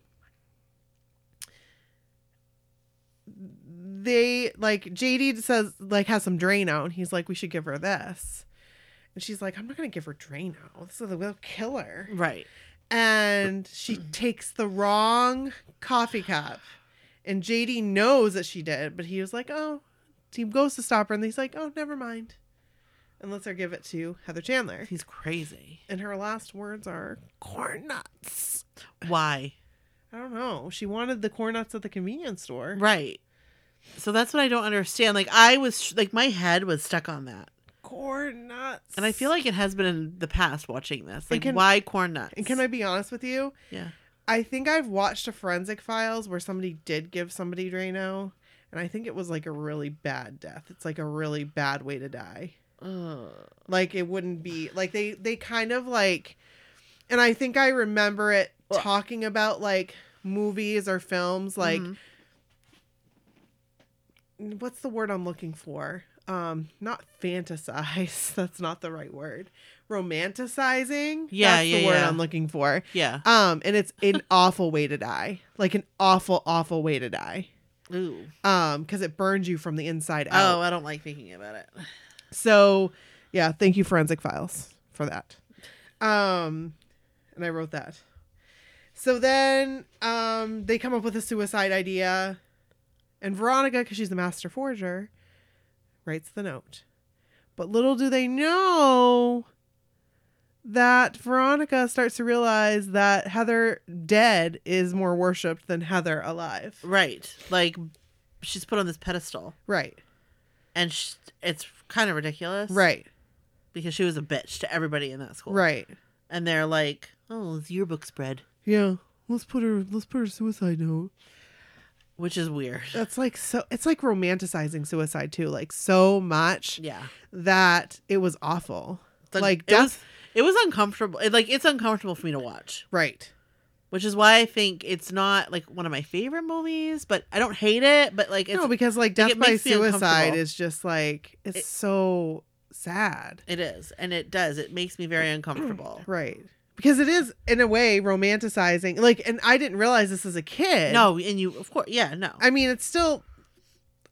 they like JD says like has some Drano, and he's like, "We should give her this." And she's like, I'm not gonna give her Drano. This is a will kill her Right. and she takes the wrong coffee cup. And JD knows that she did, but he was like, "Oh, Team goes to stop her," and he's like, "Oh, never mind," and lets her give it to Heather Chandler. He's crazy. And her last words are "corn nuts." Why? I don't know. She wanted the corn nuts at the convenience store. Right. So that's what I don't understand. Like I was like my head was stuck on that. Corn nuts. And I feel like it has been in the past watching this. And Like can- why corn nuts? And can I be honest with you? Yeah. I think I've watched a forensic files where somebody did give somebody Drano, and I think it was like a really bad death. It's like a really bad way to die. Ugh. like it wouldn't be like they they kind of like and i think i remember it Well- talking about like movies or films like Mhm. what's the word i'm looking for um not fantasize (laughs) that's not the right word romanticizing Yeah, that's yeah, the word yeah. i'm looking for Yeah. um and it's (laughs) an awful way to die like an awful awful way to die Ooh. um because it burns you from the inside out Oh, I don't like thinking about it. So, yeah, thank you Forensic Files for that. Um and I wrote that. So then um they come up with a suicide idea and Veronica cuz she's the master forger writes the note. But little do they know that Veronica starts to realize that Heather dead is more worshipped than Heather alive. Right. Like she's put on this pedestal Right. and sh it's kind of ridiculous. Right. Because she was a bitch to everybody in that school. Right. And they're like, "Oh, it's yearbook spread," Yeah. Let's put her let's put her suicide note. which is weird. That's like so it's like romanticizing suicide too, like so much Yeah. that that it was awful. It's like it death was, it was uncomfortable. It, like it's uncomfortable for me to watch, right. which is why I think it's not like one of my favorite movies. But I don't hate it. But like it's no, because like death it by makes me suicide uncomfortable. is just like it's It- so sad. it is, and it does. It makes me very (clears throat) uncomfortable. Right. Because it is in a way romanticizing like and I didn't realize this as a kid. No, and you of course, yeah, no, I mean it's still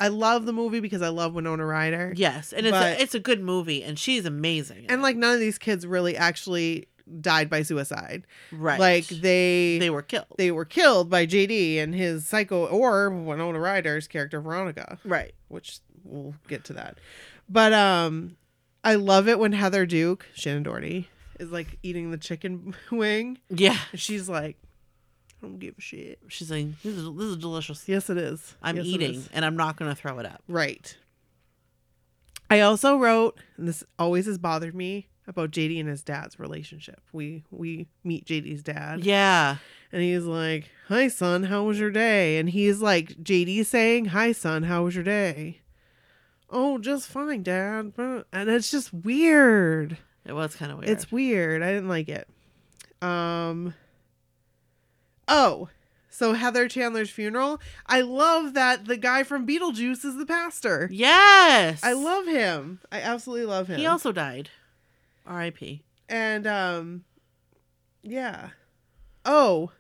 I love the movie because I love Winona Ryder. yes, and it's but- a, it's a good movie, and she's amazing, in And it. like none of these kids really actually died by suicide. right, Like they were killed, they were killed by JD and his psycho or Winona Ryder's character Veronica, right, which we'll get to that. But um I love it when Heather Duke, Shannon Doherty, is like eating the chicken (laughs) wing yeah. and she's like, I don't give a shit. She's like, this is this is delicious. Yes it is. I'm Yes, it eating, is. and I'm not gonna throw it up. Right. I also wrote, and this always has bothered me, about JD and his dad's relationship. We we meet JD's dad. Yeah, And he's like, Hi, son, how was your day? And he's like, JD saying, Hi, son, how was your day? Oh, just fine, dad. But- And it's just weird. it was kind of weird. It's weird. I didn't like it. Um, oh, so Heather Chandler's funeral. I love that the guy from Beetlejuice is the pastor. yes, I love him. I absolutely love him. He also died. R.I.P. And um yeah. Oh.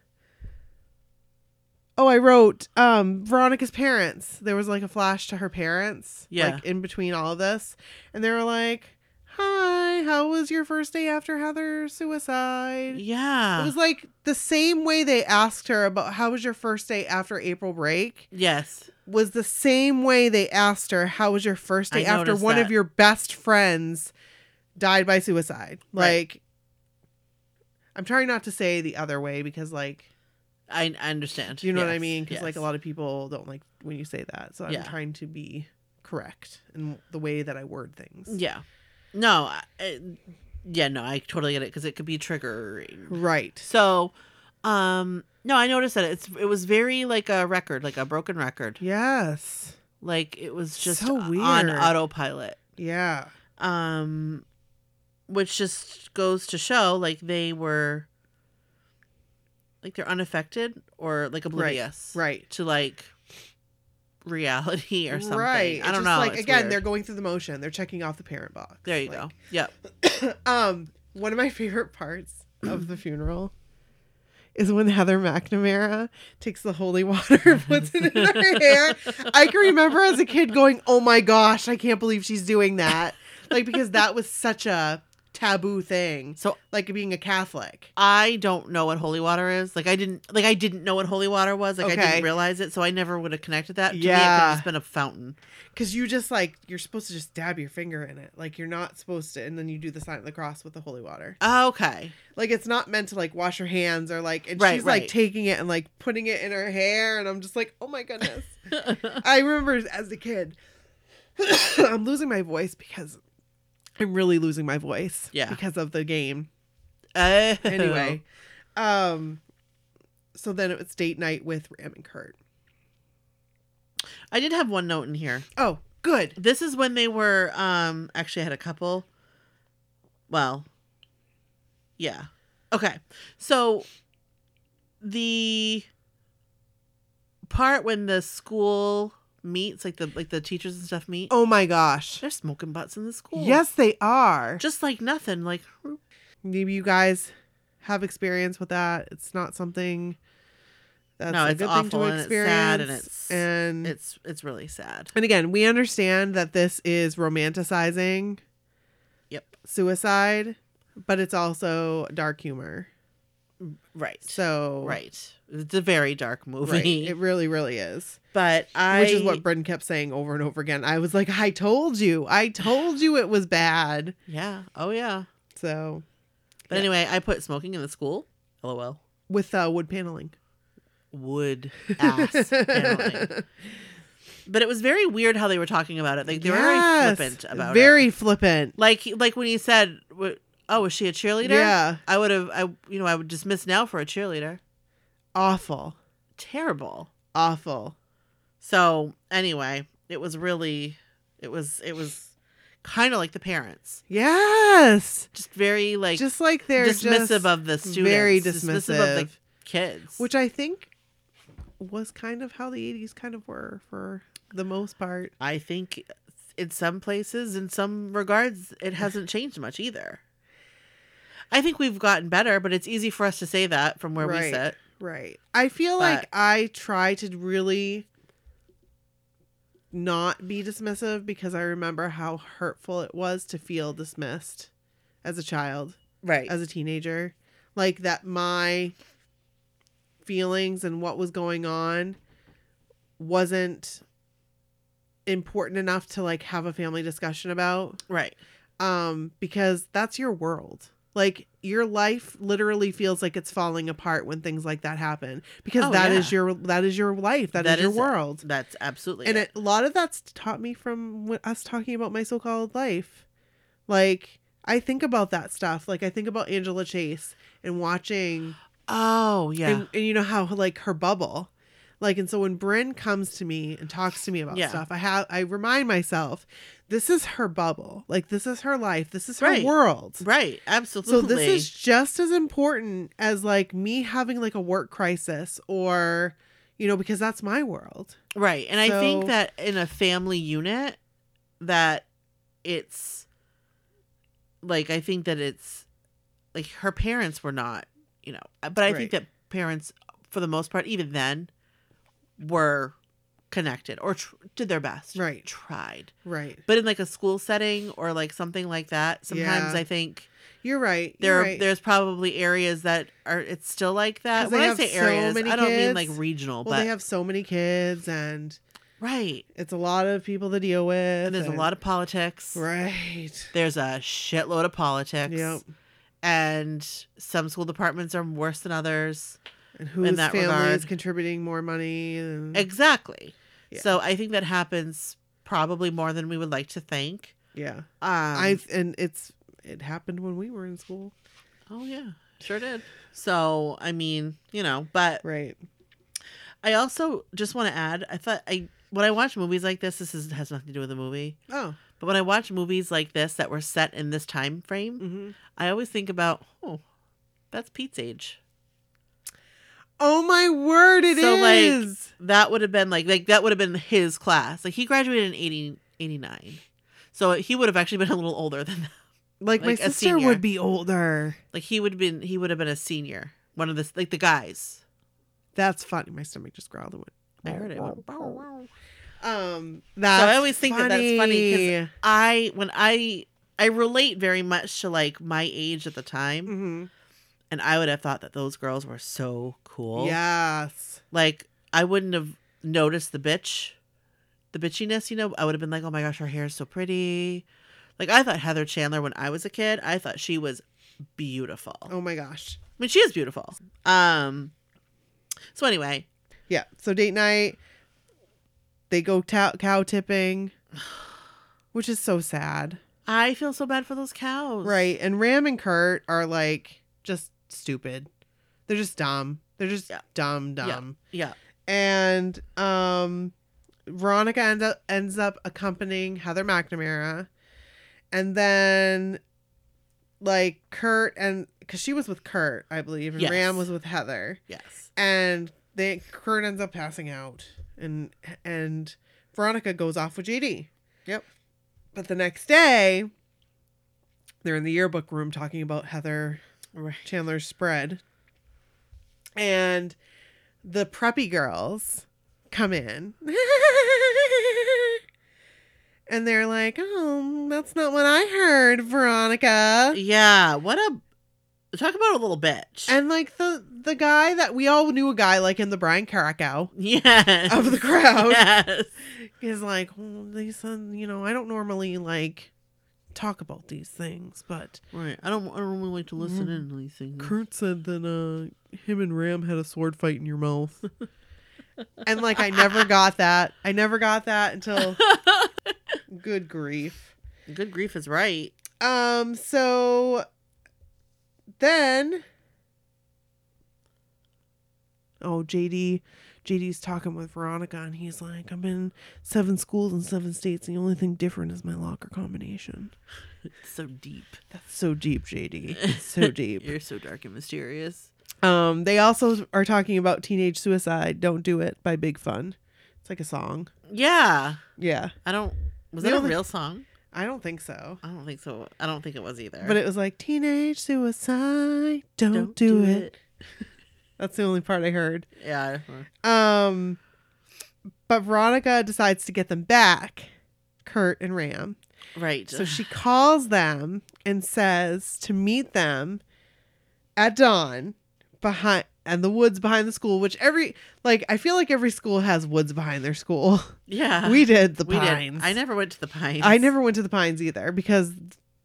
Oh, I wrote um, Veronica's parents. There was like a flash to her parents, Yeah. like in between all of this, and they were like, "Hi, how was your first day after Heather's suicide?" It Yeah. was like the same way they asked her about how was your first day after April break yes. was the same way they asked her how was your first I day after noticed one of that. your best friends died by suicide. Right. Like I'm trying not to say the other way because like I, I understand. do you know what I Yes, mean? Because like a yes. lot of people don't like when you say that. So I'm Yeah. trying to be correct in the way that I word things. Yeah. No. I, I- yeah. No. I totally get it because it could be triggering. Right. So, um, no, I noticed that it's it was very like a record, like a broken record, Yes. like it was just So on weird. autopilot. Yeah. Um, which just goes to show like they were like they're unaffected or like oblivious, Right. to like reality or something. Right. I It's don't just know. Like It's again, weird. they're going through the motion. They're checking off the parent box. there. You go. Yep. go. um, one of my (laughs) favorite parts of the funeral is when Heather McNamara takes the holy water and puts it in (laughs) her hair. I can remember as a kid going, "Oh my gosh, I can't believe she's doing that!" Like because that was such a taboo thing. So like being a Catholic. I don't know what holy water is. Like I didn't like I didn't know what holy water was. Like I Okay. didn't realize it, so I never would have connected that. To me, it could Yeah. have just been a fountain. Because you just like, you're supposed to just dab your finger in it. Like, you're not supposed to. And then you do the sign of the cross with the holy water. (laughs) Okay. Like, it's not meant to like wash your hands or like, and Right, she's right. like taking it and like putting it in her hair. And I'm just like, oh my goodness. I remember as a kid, (coughs) I'm losing my voice because I'm really losing my voice. Yeah. Because of the game. anyway. (laughs) Anyway. um, so then it was date night with Ram and Kurt. I did have one note in here. Oh, good. This is when they were um actually I had a couple. Well. Yeah. Okay. So the part when the school meets, like the like the teachers and stuff meet, Oh my gosh. they're smoking butts in the school. Yes, they are. Just like nothing. Like maybe you guys have experience with that. It's not something that's No, a it's good awful thing and to it's experience. sad and it's- and it's it's really sad. and again, we understand that this is romanticizing Yep. suicide, but it's also dark humor. Right. So right. It's a very dark (laughs) right, movie. it really, really is. but I Which is what Bryn kept saying over and over again. I was like, I told you, I told you it was bad. Yeah. Oh yeah. So But Yeah. anyway, I put smoking in the school. LOL. with uh, wood paneling, Wood (laughs) (laughs) ass. apparently. but it was very weird how they were talking about it. Like they were very Yes, flippant about it. Very flippant. Like like when he said, wh- "Oh, was she a cheerleader?" Yeah. I would have. I you know I would dismiss now for a cheerleader. Awful. Terrible. Awful. So anyway, it was really, it was it was kind of like the parents, Yes. just very like just like they're dismissive just of the students, very of dismissive. the kids. which I think was kind of how the eighties kind of were for the most part. I think in some places, in some regards, it hasn't changed much either. I think we've gotten better, but it's easy for us to say that from where we Right. sit. Right. I feel But- like I try to really not be dismissive because I remember how hurtful it was to feel dismissed as a child. Right. as a teenager like that my feelings and what was going on wasn't important enough to like have a family discussion about right. um because that's your world like your life literally feels like it's falling apart when things like that happen because Oh, that is yeah. your that is your life that That is, your is it. world That's absolutely. and it. it, a lot of that's taught me from wh- us talking about my so-called life like i think about that stuff like i think about angela chase and watching oh yeah. and, and you know how like her bubble like and so when bryn comes to me and talks to me about Yeah. stuff i have i remind myself this is her bubble like this is her life this is her Right. world right. so Absolutely. this is just as important as like me having like a work crisis or you know because that's my world Right. And I think So- that in a family unit that it's like I think that it's like her parents were not, you know, uh, but I think Right. that parents for the most part even then were connected or tr- did their best. Right. Tried. Right. But in like a school setting or like something like that, sometimes Yeah. I think You're right. there You're are right. there's probably areas that are it's still like 'Cause that. they When I have say so areas, many I don't mean kids. like regional, well, but they have so many kids and right. it's a lot of people to deal with. And there's a lot of politics. Right. There's a shitload of politics. Yep. And some school departments are worse than others. And whose that family is regard. contributing more money? And, Exactly. Mm-hmm. Yeah. So I think that happens probably more than we would like to think. yeah. Um, I and it's it happened when we were in school. oh yeah, sure did. So I mean, you know, but Right. I also just want to add. I thought I when I watch movies like this, this is, has nothing to do with the movie. Oh. But when I watch movies like this that were set in this time frame, hmm I always think about, oh, that's Pete's age. Oh my word! It is. So, like, That would have been like like that would have been his class. Like he graduated in 80, 89. So he would have actually been a little older than that. like, my like a sister senior. would be older. Like he would have been he would have been a senior. One of the like the guys. That's funny. My stomach just growled. It went. I heard it. went, "Bow, Um, wow." that's always think that that's funny 'cause- I when I I relate very much to like my age at the time, Mhm. and I would have thought that those girls were so cool. Yes. like I wouldn't have noticed the bitch, the bitchiness. You know, I would have been like, oh my gosh, her hair is so pretty. Like I thought Heather Chandler when I was a kid, I thought she was beautiful. Oh my gosh. I mean, she is beautiful. Um. So anyway, Yeah. So date night, they go ta- cow tipping, which is so sad, I feel so bad for those cows. right? And Ram and Kurt are like just stupid. They're just dumb. They're just Yeah. dumb, dumb. Yeah. And um, Veronica end up, ends up accompanying Heather McNamara, and then like Kurt and because she was with Kurt, I believe, and Yes. Ram was with Heather Yes. and they Kurt ends up passing out, and and Veronica goes off with JD. Yep. But the next day, they're in the yearbook room talking about Heather Right. Chandler's spread, and the preppy girls come in. (laughs) And they're like, oh, that's not what I heard, Veronica. Yeah. What a talk about a little bitch. And like the the guy that we all knew a guy like in the Brian Caraco yes. of the (laughs) crowd Yes. is like, well, they said, you know, I don't normally like talk about these things, but Right. I don't. I don't really like to listen in to these things. Kurt said that uh, him and Ram had a sword fight in your mouth. and like, I never got that. I never got that until good grief. Good grief is right. Um, so then Oh, JD JD's talking with Veronica and he's like, I'm in seven schools in seven states, and the only thing different is my locker combination. It's so deep. That's so deep, JD. (laughs) So deep. You're so dark and mysterious. um, they also are talking about teenage suicide, Don't Do It by Big Fun. It's like a song. Yeah. Yeah. I don't. Was The that a only- real song? I don't think so. I don't think so. I don't think it was either. But it was like teenage suicide, don't, do it. That's the only part I heard. Yeah. Um, but Veronica decides to get them back, Kurt and Ram. Right. So she calls them and says to meet them at dawn behind and the woods behind the school. Which every like I feel like every school has woods behind their school. Yeah. we did the We pines. did. I never went to the pines. I never went to the pines either because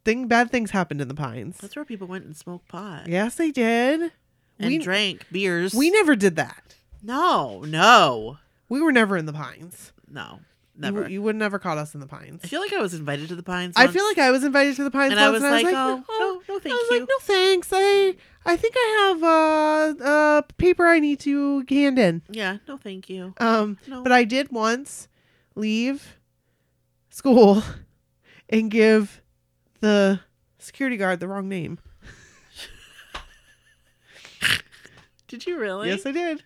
thing bad things happened in the pines. That's where people went and smoked pot Yes, they did. and we drank beers. we never did that. no, no, We were never in the pines. no, You w- never. You, would never caught us in the pines. I feel like I was invited to the pines. I once, feel like I was invited to the Pines and once, I was, like, oh, no, no, no, I thank was you. like, no, thanks. I I think I have uh, a paper I need to hand in. Yeah, no, thank you. Um, No. but I did once leave school (laughs) and give the security guard the wrong name. Did you really? Yes, (laughs) I did.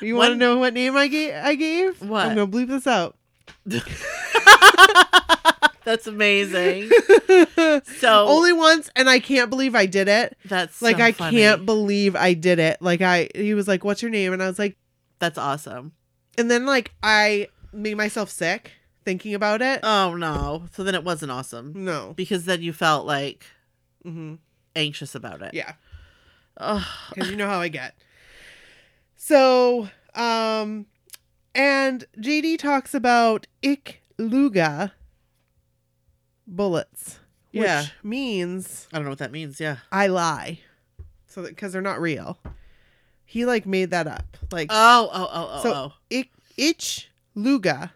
you want to One- know what name I gave? I gave. What? I'm gonna bleep (laughs) this out. That's (laughs) amazing. So Only once, and I can't believe I did it. that's Like Oh. so I funny. can't believe I did it. Like I, he was like, "What's your name?" And I was like. That's awesome. and then like I made myself sick thinking about it. Oh no. So then it wasn't awesome no. because then you felt like hmm anxious about it. (sighs) Yeah, Ugh. because you know how I get. So, um, and JD talks about Ikluga bullets, which Yeah. means I don't know what that means. Yeah. I lie, so because they're not real. He like made that up, like Oh, oh, oh, oh, So- oh. ik, ich luga,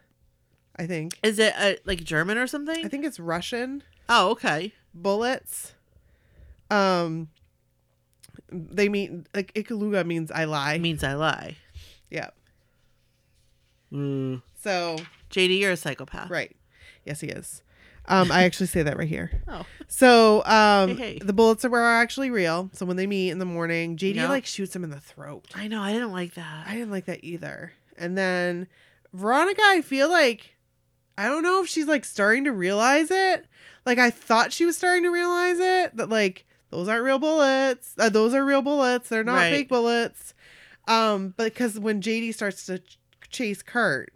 I think. Is it uh, like German or something? I think it's Russian Oh, okay. bullets. Um, they mean like ikaluga means I lie. It means I lie. yeah. Mm. So JD, you're a psychopath. right, yes, he is. Um, I actually say that right here. Oh. So um, Hey, hey. the bullets are were actually real. So when they meet in the morning, JD Yeah. like shoots him in the throat. I know. I didn't like that. I didn't like that either. And then Veronica, I feel like I don't know if she's like starting to realize it. Like I thought she was starting to realize it that like those aren't real bullets. Uh, those are real bullets. They're not Right. fake bullets. Um, because when JD starts to ch- chase Kurt,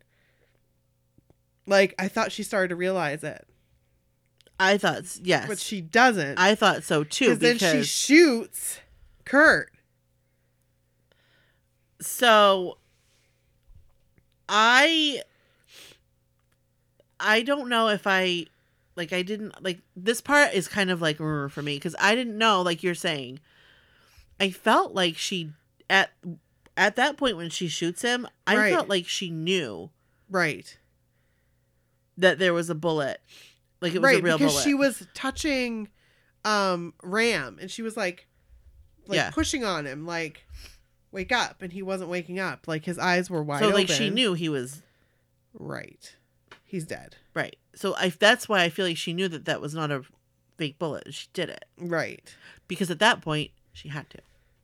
like I thought she started to realize it, I, thought s- yes. but she doesn't. I thought so too. then Because she shoots Kurt. so I I don't know if I like I didn't like this part is kind of like "Rrr" for me because I didn't know like you're saying I felt like she at at that point when she shoots him I Right. felt like she knew Right. that there was a bullet like it was right a real because bullet she was touching um ram and she was like like Yeah. pushing on him like wake up and he wasn't waking up like his eyes were wide so like she open. knew he was right he's dead right so I that's why I feel like she knew that that was not a fake bullet she did it right because at that point she had to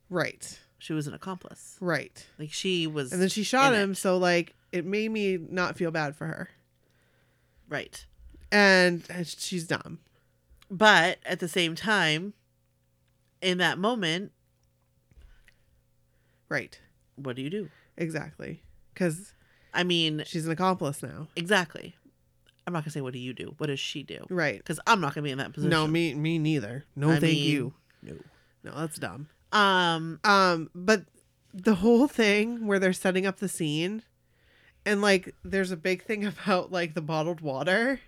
right she was an accomplice right like she was and then she shot in him it. so like it made me not feel bad for her right and and she's dumb but at the same time in that moment right what do you do exactly because i mean she's an accomplice now exactly i'm not gonna say what do you do what does she do right because i'm not gonna be in that position no me me neither no I thank mean, you no no that's dumb um Um, but the whole thing where they're setting up the scene and like there's a big thing (laughs) about like the bottled water.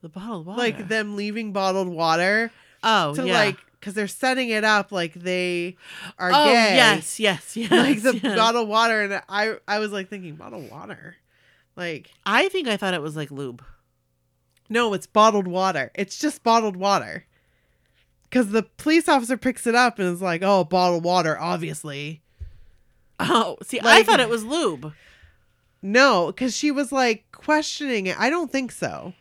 the bottle of water Like them leaving bottled water oh to yeah like cuz they're setting it up like they are oh gay. yes yes yes (laughs) Like the yes. bottled water and I I was like thinking bottled water. Like i think i thought it was like lube no, it's bottled water. It's just bottled water. Cuz the police officer picks it up and is like, "Oh, bottled water, obviously." oh see i Like- thought it was lube No, because she was like questioning it. I don't think so.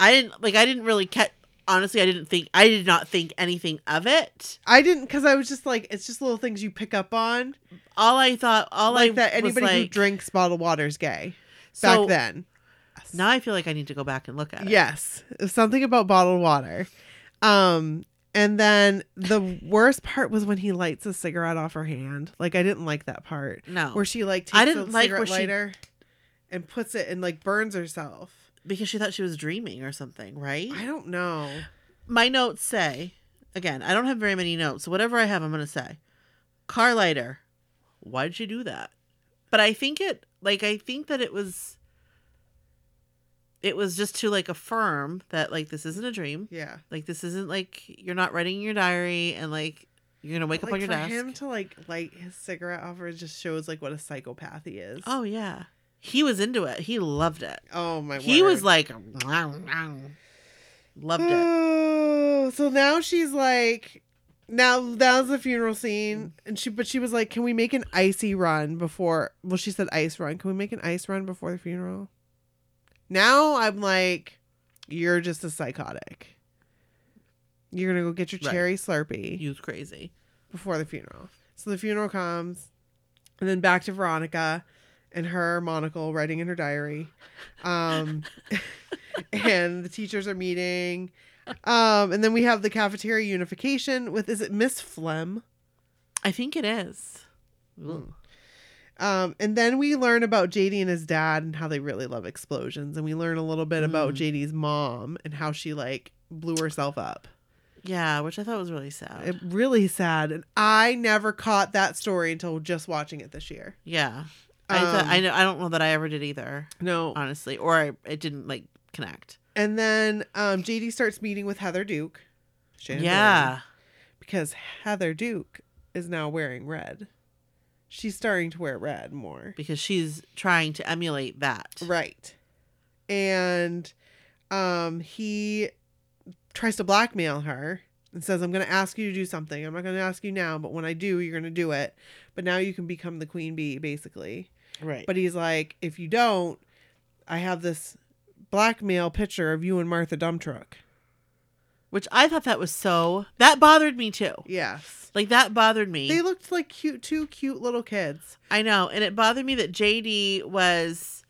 i didn't like i didn't really catch honestly i didn't think i did not think anything of it I didn't because I was just like, it's just little things you pick up on, all i thought all like i that was anybody who like, drinks bottled water is gay. so back then, Now I feel like I need to go back and look at it. yes, something about bottled water. Um, and then the worst part was when he lights a cigarette off her hand. Like I didn't like that part No. where she like takes I a didn't like where cigarette she- lighter and puts it and like burns herself. because she thought she was dreaming or something, right? I don't know. My notes say, again, I don't have very many notes. So whatever I have, I'm going to say. Car lighter. Why did you do that? But I think it, like, I think that it was, it was just to, like, affirm that, like, this isn't a dream. Yeah, Like, this isn't, like, you're not writing in your diary and, like, you're going to wake like, up on your for desk. him to like light his cigarette off her just shows like what a psychopath he is. oh, yeah. He was into it. He loved it. Oh my! he was word. like, loved it. Mm. oh. So now she's like, now that was the funeral Mm. scene, and she, but she was like, can we make an icy run before? Well, she said ice run. Can we make an ice run before the funeral? Now I'm like, you're just a psychotic. You're gonna go get your Right. cherry Slurpee. He was crazy. before the funeral. So the funeral comes, and then back to Veronica and her monocle writing in her diary. Um, (laughs) and the teachers are meeting. Um, and then we have the cafeteria unification with is it Miss Flem? Mm. I think it is. Ooh. Um, and then we learn about JD and his dad and how they really love explosions. And we learn a little bit about JD's mom and how she like blew herself up. Yeah, which I thought was really sad. It really sad. And I never caught that story until just watching it this year. yeah. I, thought, Um, I, know, I don't know that I ever did either, No. honestly, or I, it didn't like connect. And then um, JD starts meeting with Heather Duke. Shannon Doherty, yeah. because Heather Duke is now wearing red. She's starting to wear red more. Because she's trying to emulate that. Right. And um he tries to blackmail her and says, I'm gonna ask you to do something. I'm not gonna ask you now, but when I do, you're gonna do it. But now you can become the queen bee, basically. Right. But he's like, if you don't, I have this blackmail picture of you and Martha Dumtruck. Which I thought that was so, that bothered me too. Yes. Like that bothered me. They looked like cute two cute little kids. I know. And it bothered me that JD was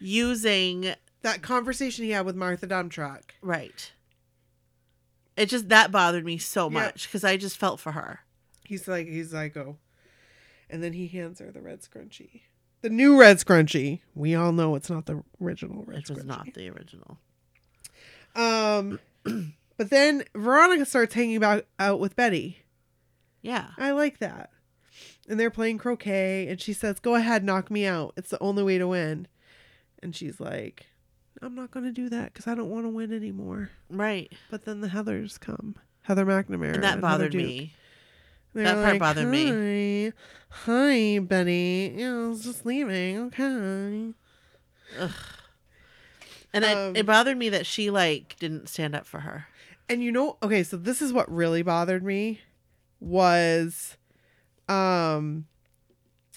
using That conversation he had with Martha Dumtruck. Right. It just that bothered me so Yeah. much because I just felt for her. He's like he's psycho. And then he hands her the red scrunchie. The new red scrunchie. We all know it's not the original red It was scrunchie. not the original. Um (clears throat) but then Veronica starts hanging about out with Betty. Yeah. I like that. And they're playing croquet and she says, "Go ahead, knock me out. It's the only way to win." And she's like, "I'm not going to do that cuz I don't want to win anymore." Right. But then the Heathers come. Heather McNamara. And that Heather bothered Duke. me. They're That part bothered Hi, hi, Betty. Yeah, I was just leaving. Okay. And it, Um, it bothered me that she like didn't stand up for her. And you know, okay, so this is what really bothered me was um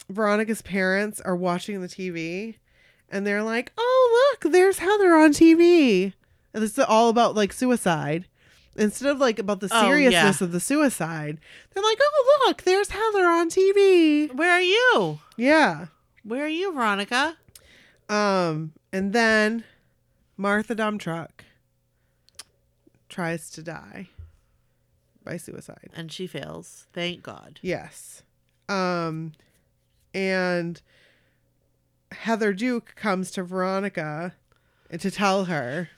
Veronica's parents are watching the TV and they're like, "Oh, look, there's Heather on TV." And this is all about like suicide. Instead of like about the Oh, yeah. seriousness of the suicide, they're like, "Oh, look, there's Heather on TV." Where are you? Yeah. Where are you, Veronica? Um, and then Martha Dumtruck tries to die by suicide. And she fails. Thank God. Yes. Um, and Heather Duke comes to Veronica to tell her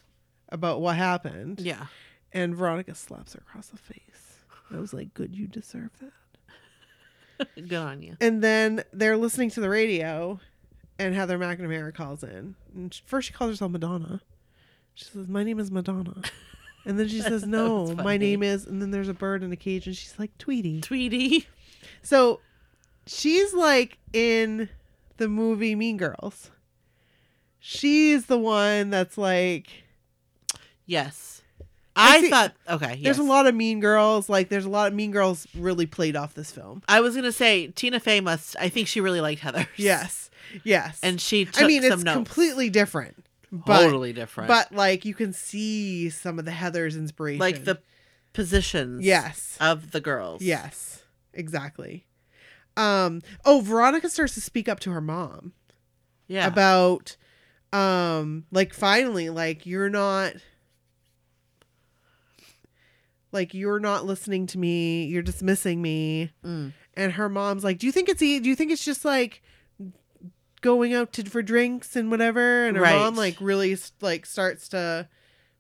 about what happened, Yeah. (laughs) and Veronica slaps her across the face. I was like, "Good, you deserve that." Good on you. And then they're listening to the radio, and Heather McNamara calls in. And she, first, she calls herself Madonna. She says, "My name is (laughs) Madonna," and then she says, "No, my funny. name is." And then there's a bird in a cage, and she's like Tweety. Tweety. So she's like in the movie Mean Girls. She's the one that's like. Yes. I I, see- thought okay. Yes. There's a lot of Mean Girls. Like, there's a lot of Mean Girls really played off this film. I was gonna say Tina Fey must I think she really liked Heather. Yes, yes. And she took I mean, some it's notes. completely different. But totally different. But like you can see some of the Heather's inspiration. like the positions Yes. of the girls. Yes. Exactly. Um oh Veronica starts to speak up to her mom Yeah. about um like finally like you're not like you're not listening to me, you're dismissing me. Mm. And her mom's like, "Do you think it's e- do you think it's just like going out to for drinks and whatever?" And her Right. mom like really like starts to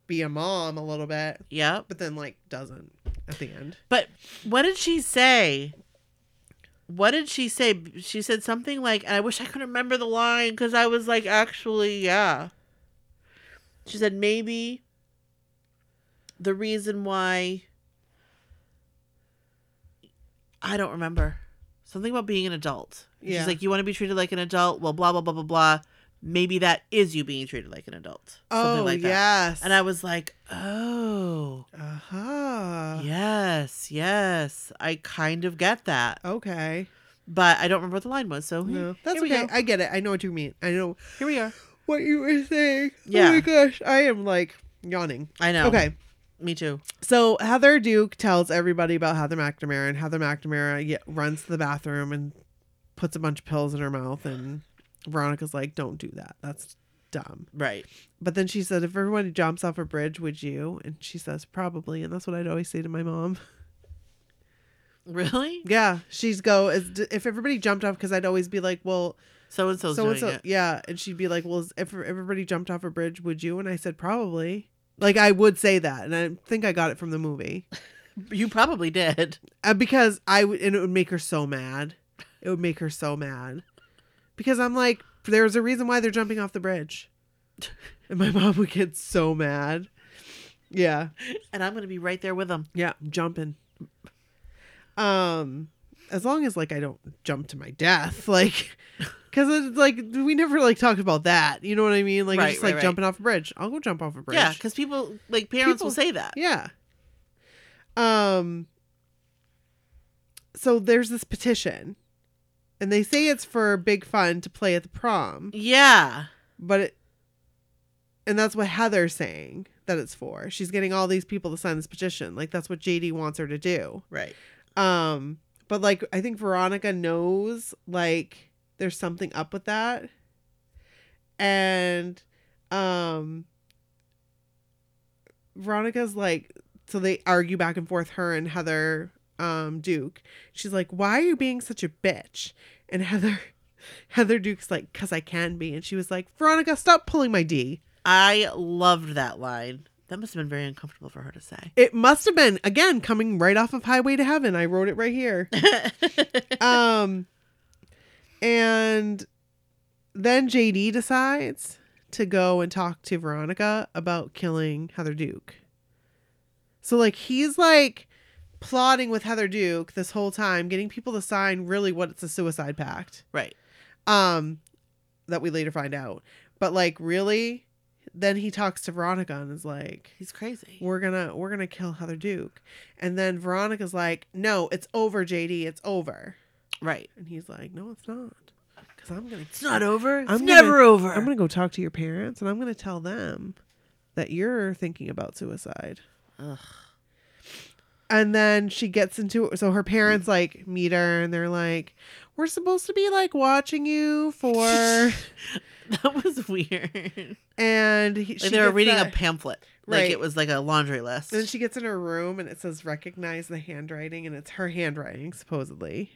be a mom a little bit. Yep. but then like doesn't at the end. But what did she say? What did she say? She said something like, and I wish I could remember the line because I was like, actually, yeah. She said, maybe the reason why. I don't remember. Something about being an adult. Yeah. She's like, you want to be treated like an adult? Well, blah, blah, blah, blah, blah. Maybe that is you being treated like an adult. Something oh like that. yes, And I was like, oh. uh huh. Yes, yes. I kind of get that. Okay. But I don't remember what the line was, so No, that's here we okay. go. I get it. I know what you mean. I know Here we are. what you were saying. Oh Yeah. my gosh, I am like yawning. I know. Okay. Me too. So Heather Duke tells everybody about Heather McNamara, and Heather McNamara ye- runs to the bathroom and puts a bunch of pills in her mouth, and Veronica's like, "Don't do that. That's dumb." Right. (laughs) But then she said, "If everyone jumps off a bridge, would you?" And she says, "Probably." And that's what I'd always say to my mom. Really? (laughs) Yeah, she's go is if everybody jumped off because I'd always be like, well, So and so's so doing and so, it. yeah, and she'd be like, well, is- if everybody jumped off a bridge, would you? And I said probably. Like I would say that, and I think I got it from the movie You probably did. uh, because I would, and it would make her so mad. It would make her so mad because I'm like, there's a reason why they're jumping off the bridge, and my (laughs) mom would get so mad. Yeah. And I'm gonna be right there with them. Yeah, I'm jumping. Um, as long as like I don't jump to my death, (laughs) like, because it's like we never like talked about that. You know what I mean? Like, it's Right, just right, like right. jumping off a bridge. I'll go jump off a bridge. Yeah, because people like parents will say that. Yeah. Um so there's this petition. And they say it's for big fun to play at the prom, Yeah. but it and that's what Heather's saying that it's for. She's getting all these people to sign this petition. Like that's what JD wants her to do. Right. Um but like I think Veronica knows like there's something up with that. And um Veronica's like so they argue back and forth her and Heather um Duke. She's like, "Why are you being such a bitch?" And (laughs) Heather Heather Duke's like, "Cuz I can be." And she was like, "Veronica, stop pulling my D." I loved that line. That must have been very uncomfortable for her to say. (laughs) It must have been again coming right off of Highway to Heaven. I wrote it right here. um and then JD decides to go and talk to Veronica about killing Heather Duke. So like he's like plotting with Heather Duke this whole time, getting people to sign really what it's a suicide pact. right. Um that we later find out. But like really then he talks to Veronica and is like He's crazy. we're gonna we're gonna kill Heather Duke. And then Veronica's like, No, it's over, JD, it's over. Right. And he's like, "No, it's not, because I'm gonna, It's not over. It's I'm never gonna- over. I'm gonna go talk to your parents, and I'm gonna tell them that you're thinking about suicide." Ugh. (laughs) And then she gets into it. So her parents like meet her, and they're like, "We're supposed to be like watching (laughs) you for," That was weird. and he, she Like they were gets reading a that- pamphlet. Like Right. it was like a laundry list. And then she gets in her room, and it says "Recognize the handwriting," and it's her handwriting supposedly.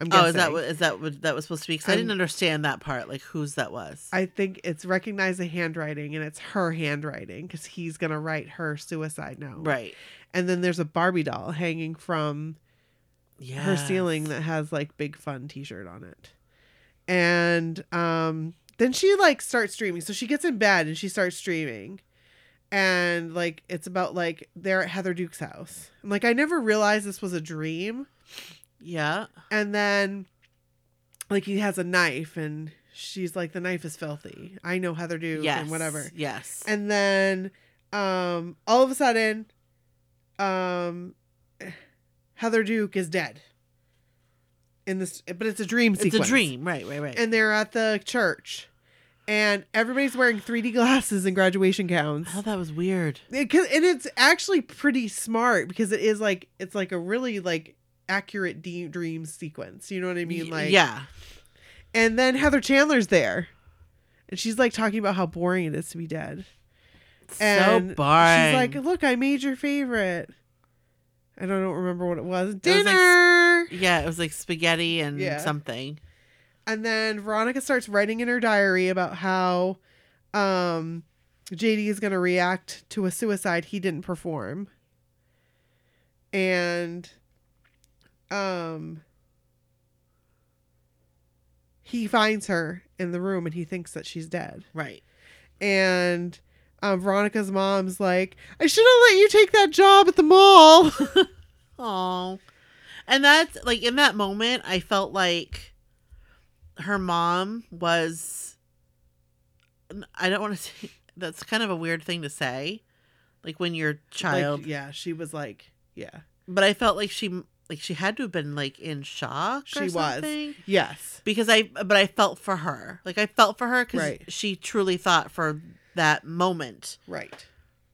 I'm guessing. oh, is that what is that what that was supposed to be? Because I I'm- didn't understand that part. Like whose that was. I think it's recognize the handwriting and it's her handwriting because he's going to write her suicide note. right. And then there's a Barbie doll hanging from Yeah. her ceiling that has like big fun t shirt on it. And um, then she like starts streaming. So she gets in bed and she starts streaming. And like it's about like they're at Heather Duke's house. And like I never realized this was a dream. Yeah. And then, like, he has a knife, and she's like, "The knife is filthy." I know Heather Duke Yes. and whatever. Yes. And then, um, all of a sudden, um, Heather Duke is dead. In this, but it's a dream it's sequence. a dream. Right. Right. Right. And they're at the church, and everybody's wearing 3D glasses and graduation gowns. I thought that was weird. It, 'cause- and it's actually pretty smart because it is like it's like a really like accurate de- dream sequence. You know what I mean? Y- Like yeah. And then Heather Chandler's there, and she's like talking about how boring it is to be dead. And so boring. She's like, "Oh, "Look, I made your favorite." I don't know- remember what it was. like- Dinner. yeah, it was like spaghetti and Yeah. something. and then Veronica starts writing in her diary about how um JD is going to react to a suicide he didn't perform. And um he finds her in the room and he thinks that she's dead. Right. And um, Veronica's mom's like, I should have let you take that job at the mall. (laughs) Oh. And that's like in that moment, I felt like her mom was. I don't want to (laughs) say that's kind of a weird thing to say, like when you're a child. Like, yeah, she was like, yeah. But I felt like she like she had to have been like in shock. She or was. something. Yes. because I but I felt for her. Like I felt for her because Right. she truly thought for that moment. Right.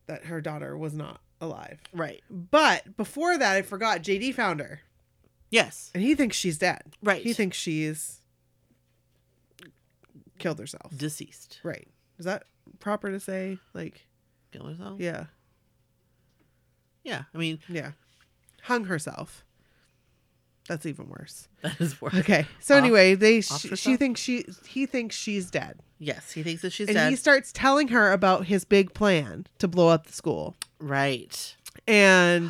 That her daughter was not alive. Right. But before that, I forgot JD found her Yes. and he thinks she's dead. Right. He thinks she's killed herself. deceased. Right. Is that proper to say? Like, Kill herself. yeah. Yeah. I mean, Yeah. Hung herself. That's even worse. That is worse. Okay. So Off- anyway, they off sh- she herself? thinks she he thinks she's dead, Yes, he thinks that she's and dead. he starts telling her about his big plan to blow up the school, Right. and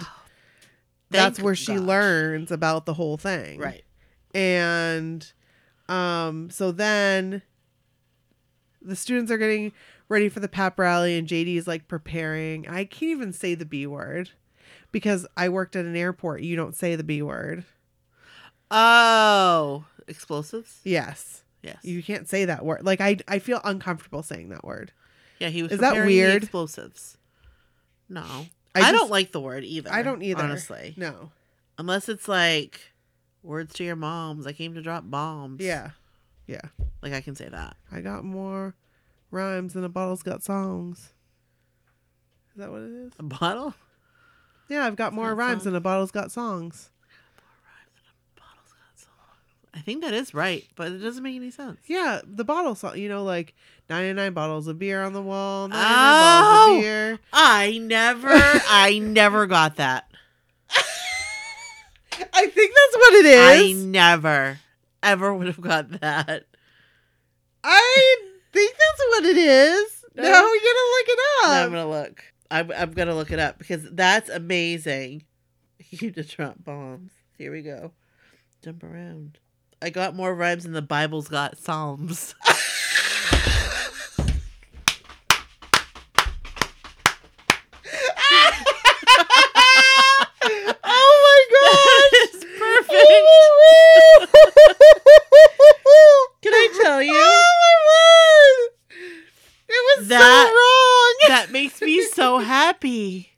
that's Thank where she God. learns about the whole thing, Right. and um so then the students are getting ready for the pep rally and JD is like preparing. I can't even say the B word because I worked at an airport. You don't say the B word. Oh, explosives. Yes. Yes. You can't say that word. Like I I feel uncomfortable saying that word. yeah, he was. Is that preparing The weird? explosives. No, I, I don't just- like the word either. I don't either. Honestly, No. unless it's like words to your moms. I came to drop bombs. Yeah. like I can say that. I got more rhymes than a bottle's got songs. Is that what it is? A bottle. Yeah, I've got more got rhymes songs. than a bottle's got songs. Bottle's got so long. I think that is right, but it doesn't make any sense. Yeah, the bottle song. You know, like 99 bottles of beer on the wall, 99 bottles Oh! of beer. I never, I never got that. I think that's what (laughs) it I is. never, ever would have got that. I, think that's what it is. No, No. you're going to look it No, up. I'm gonna look. I'm, I'm gonna look it up because that's amazing. (laughs) You to drop bombs. Here we go. Jump around. I got more rhymes than the Bible's got (laughs) psalms. (laughs) oh (laughs) my gosh. (laughs) It's perfect. Can I tell you? Oh my word. It was so wrong. That makes me so happy.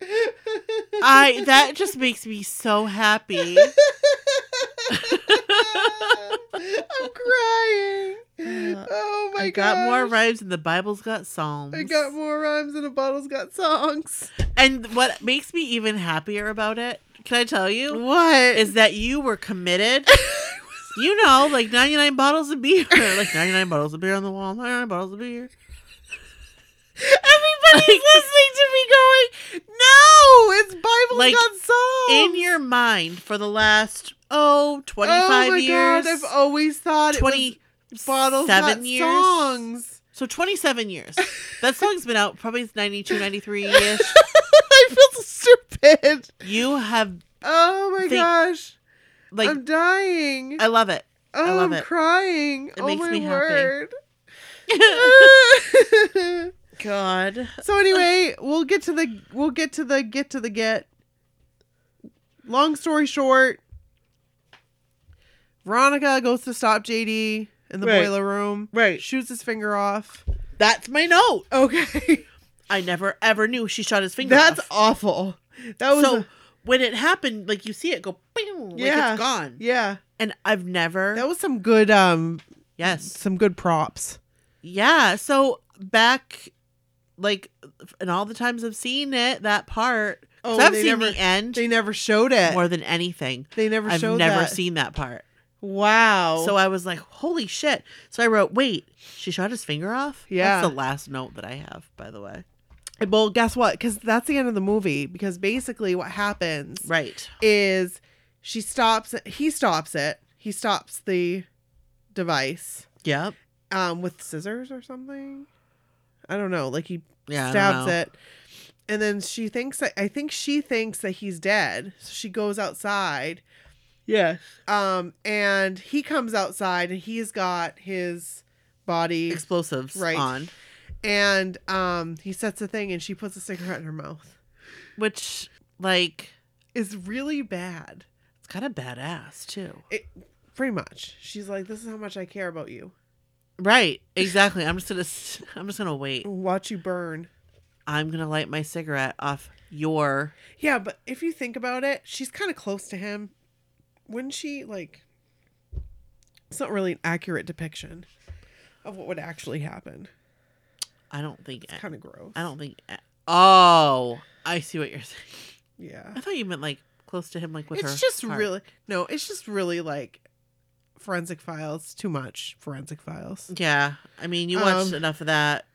I that just makes me so (laughs) happy. I'm crying. Uh, oh my I got more gosh. rhymes than the Bible's got psalms. I got more rhymes than a bottle's got songs. And what makes me even happier about it, can I tell you, What is that you were (laughs) committed. you know, like 99 bottles of beer. Like 99 bottles of beer on the wall, 99 bottles of (laughs) beer. everybody's Like- listening to me going? "Oh, No, it's Bible Like, got songs. In your mind for the last, oh, 25 oh my years. God, I've always thought it 20 was bottles seven got years. songs. So 27 years. That song's been out probably 92, 93 ish. (laughs) I feel so stupid. You have, Oh my Think- gosh, like, I'm dying. I (laughs) love it. oh, love am it. crying. oh makes my me happy. word. (laughs) (laughs) God. So anyway, we'll get to the we'll get to the get to the get. Long story short, Veronica goes to stop JD in the Right. boiler room. Right. Shoots his finger off. That's my note. (laughs) Okay. I never ever knew she shot his finger. That's off. awful. That was so a- when it happened, like you see it go, bing, like Yeah. it's gone. yeah. And I've never. That was some good um yes. some good props. Yeah. So back, like, and all the times I've seen it, that part. 'cause Oh, I've they seen never- the end They never showed it. more than anything. they never I've showed never that. Oh. seen that part. Wow. So I was like, holy shit. So I wrote, wait, she shot his finger off? Yeah. That's the last note that I have, by the way. well, guess what? Because that's the end of the movie. Because basically, what happens Right. is she stops he stops it he stops the device Yep. um with scissors or something i don't know like he Yeah. I don't stabs know. it and then she thinks that i think she thinks that he's dead so she goes outside Yes. um and he comes outside and he's got his body Explosives Right. on. and um he sets a thing and she puts a cigarette in her mouth Which, like, it's really bad it's kind of badass, too. pretty much she's like this is how much i care about you Right. Exactly. I'm just going to, I'm just going to wait. watch you burn I'm going to light my cigarette off your. Yeah, but if you think about it, she's kind of close to him. Wouldn't she like? It's not really an accurate depiction of what would actually happen. I don't think, It's kind of gross. I don't think, oh, I see what you're saying. Yeah, I thought you meant like close to him, like with her. it's just heart. really no. It's just really like forensic files. Too much forensic files. Yeah, I mean, you watched Um, enough of that,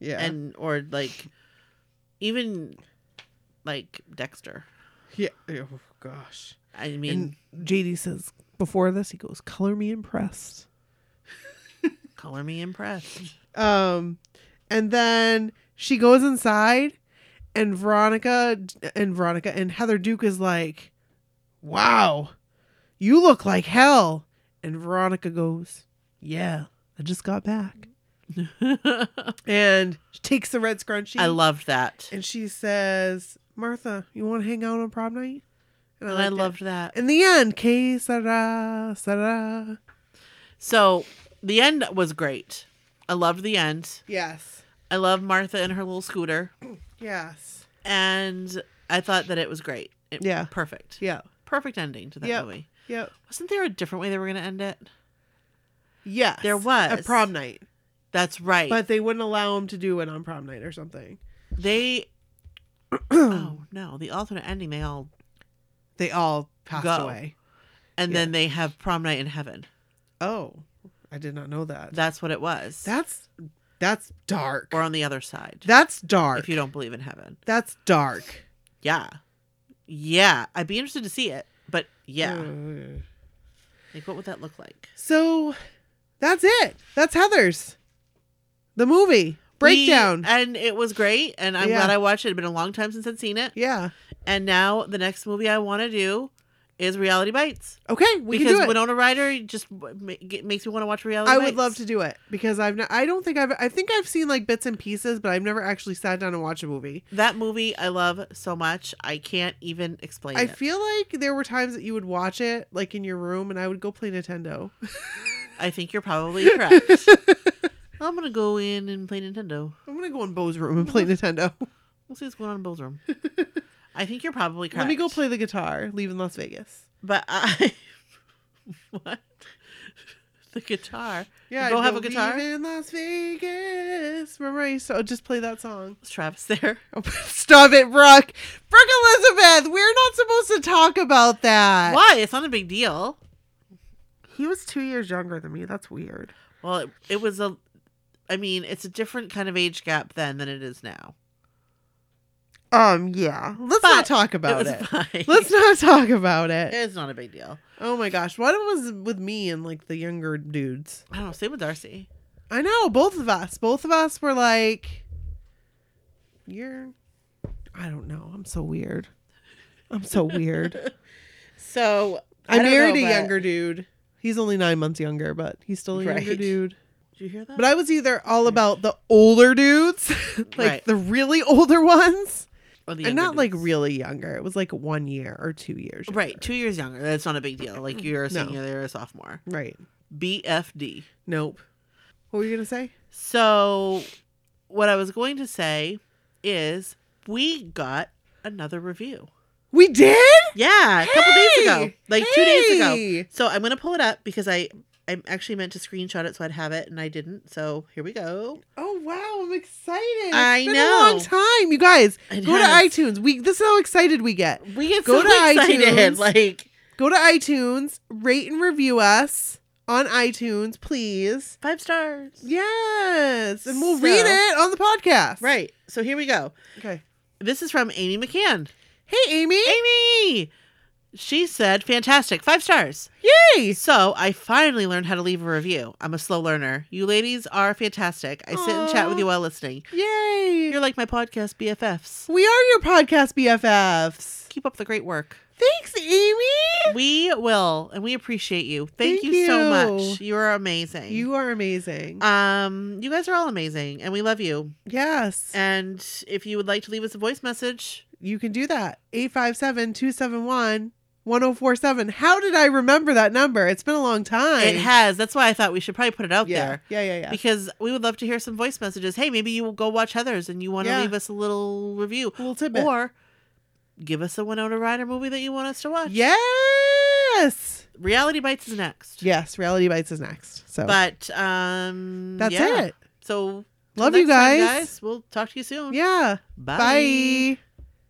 Yeah, and or like, even like Dexter. yeah. Oh gosh. I mean, And JD says before this, he goes, "Color me impressed." color me impressed. Um, and then she goes inside, and Veronica and Veronica and Heather Duke is like, "Wow, you look like hell." And Veronica goes, (laughs) "Yeah, I just got back." And she takes the red scrunchie. I loved that, And she says, "Martha, you want to hang out on prom night?" and I liked it. loved that. In the end, K Sara Sara. So the end was great. I loved the end. Yes. I love Martha and her little scooter, Yes. and I thought that it was great. It, Yeah. perfect. Yeah. perfect ending to that Yep. movie. Yep. Wasn't there a different way they were going to end it? Yes. There was. a prom night, That's right. but they wouldn't allow him to do it on prom night or something. they. (clears throat) oh no! The alternate ending. They all They all passed Go. away. and Yeah. then they have prom night in heaven. Oh, I did not know that. That's what it was. That's that's dark. or on the other side. That's dark. if you don't believe in heaven. That's dark. Yeah. Yeah. I'd be interested to see it. But yeah. Mm. Ugh. Like what would that look like? So that's it. That's Heather's. The movie breakdown. We- and it was great. And I'm Yeah. glad I watched it. It's been a long time since I'd seen it. yeah. And now the next movie I want to do is Reality Bites. Okay, we because can do it. Winona Ryder just w- ma- get- makes me want to watch Reality I Bites. would love to do it because I've not, I don't think I've I think I've seen like bits and pieces, but I've never actually sat down and watched a movie. That movie I love so much. I can't even explain I it. feel like there were times that you would watch it like in your room, and I would go play Nintendo. (laughs) I think you're probably correct. I'm going to go in and play Nintendo. I'm gonna go in Bo's room (laughs) and play Nintendo. We'll see what's going on in Bill's (laughs) room. I think you're probably correct. Let me go play the guitar. Leave in Las Vegas. But I. (laughs) what? (laughs) The guitar. Yeah, Bo I'd have a guitar? "Leave in Las Vegas. Remember, I used to just play that song. Oh, Was Travis there? (laughs) Stop it, Brooke. Brooke Elizabeth. We're not supposed to talk about that. Why? It's not a big deal. He was two years younger than me. That's weird. Well, it, it was a. I mean, it's a different kind of age gap then than it is now. Um, yeah. Let's not But talk about it it. was fine. Let's not talk about (laughs) it. It's not a big deal. Oh my gosh, what was with me and like the younger dudes? I don't know. Same with Darcy. I know both of us. Both of us were like, "You're," I don't know. I'm so weird. I'm (laughs) so weird. So I, don't know, married a but- younger dude. He's only nine months younger, but he's still a younger Right. dude. Did you hear that? But I was either all about the older dudes, (laughs) like Right. the really older ones, Or the and younger not like dudes. really younger. It was like one year or two years. Right, two years younger. That's not a big deal. Like you're a No. senior, they're a sophomore. younger. Right. BFD. Nope. What were you gonna say? So, what I was going to say is we got another review. We did. Yeah, a couple days ago, Hey! like two days Hey! ago. So I'm gonna pull it up because I I actually meant to screenshot it, so I'd have it, and I didn't. So here we go. Oh wow! I'm excited. It's I been a know. long time, you guys. It go has. to iTunes. We this is how excited we get. We get so Go to excited, iTunes. like Go to iTunes, rate and review us on iTunes, please. five stars. Yes, and we'll So- read it on the podcast. Right. So here we go. Okay. This is from Amy McCann. Hey, Amy. Amy. She said, "Fantastic, five stars." Yay! So I finally learned how to leave a review. I'm a slow learner. You ladies are fantastic. I sit and chat with Aw. you while listening. Yay! You're like my podcast BFFs. we are your podcast BFFs. Keep up the great work. Thanks, Amy. We will, and we appreciate you. Thank, Thank you, so you. much. You are amazing. You are amazing. um, you guys are all amazing, and we love you. yes. And if you would like to leave us a voice message, you can do that 857-271-1047 how did i remember that number it's been a long time it has. That's why I thought we should probably put it out yeah. there. yeah yeah yeah Because we would love to hear some voice messages. Hey, maybe you will go watch Heather's and you want to Yeah. leave us a little review. a little tidbit Or give us a Winona Ryder movie that you want us to watch. yes Reality Bites is next. yes reality bites is next so But um that's yeah. it So till love you next time, guys, We'll talk to you soon. yeah Bye. bye.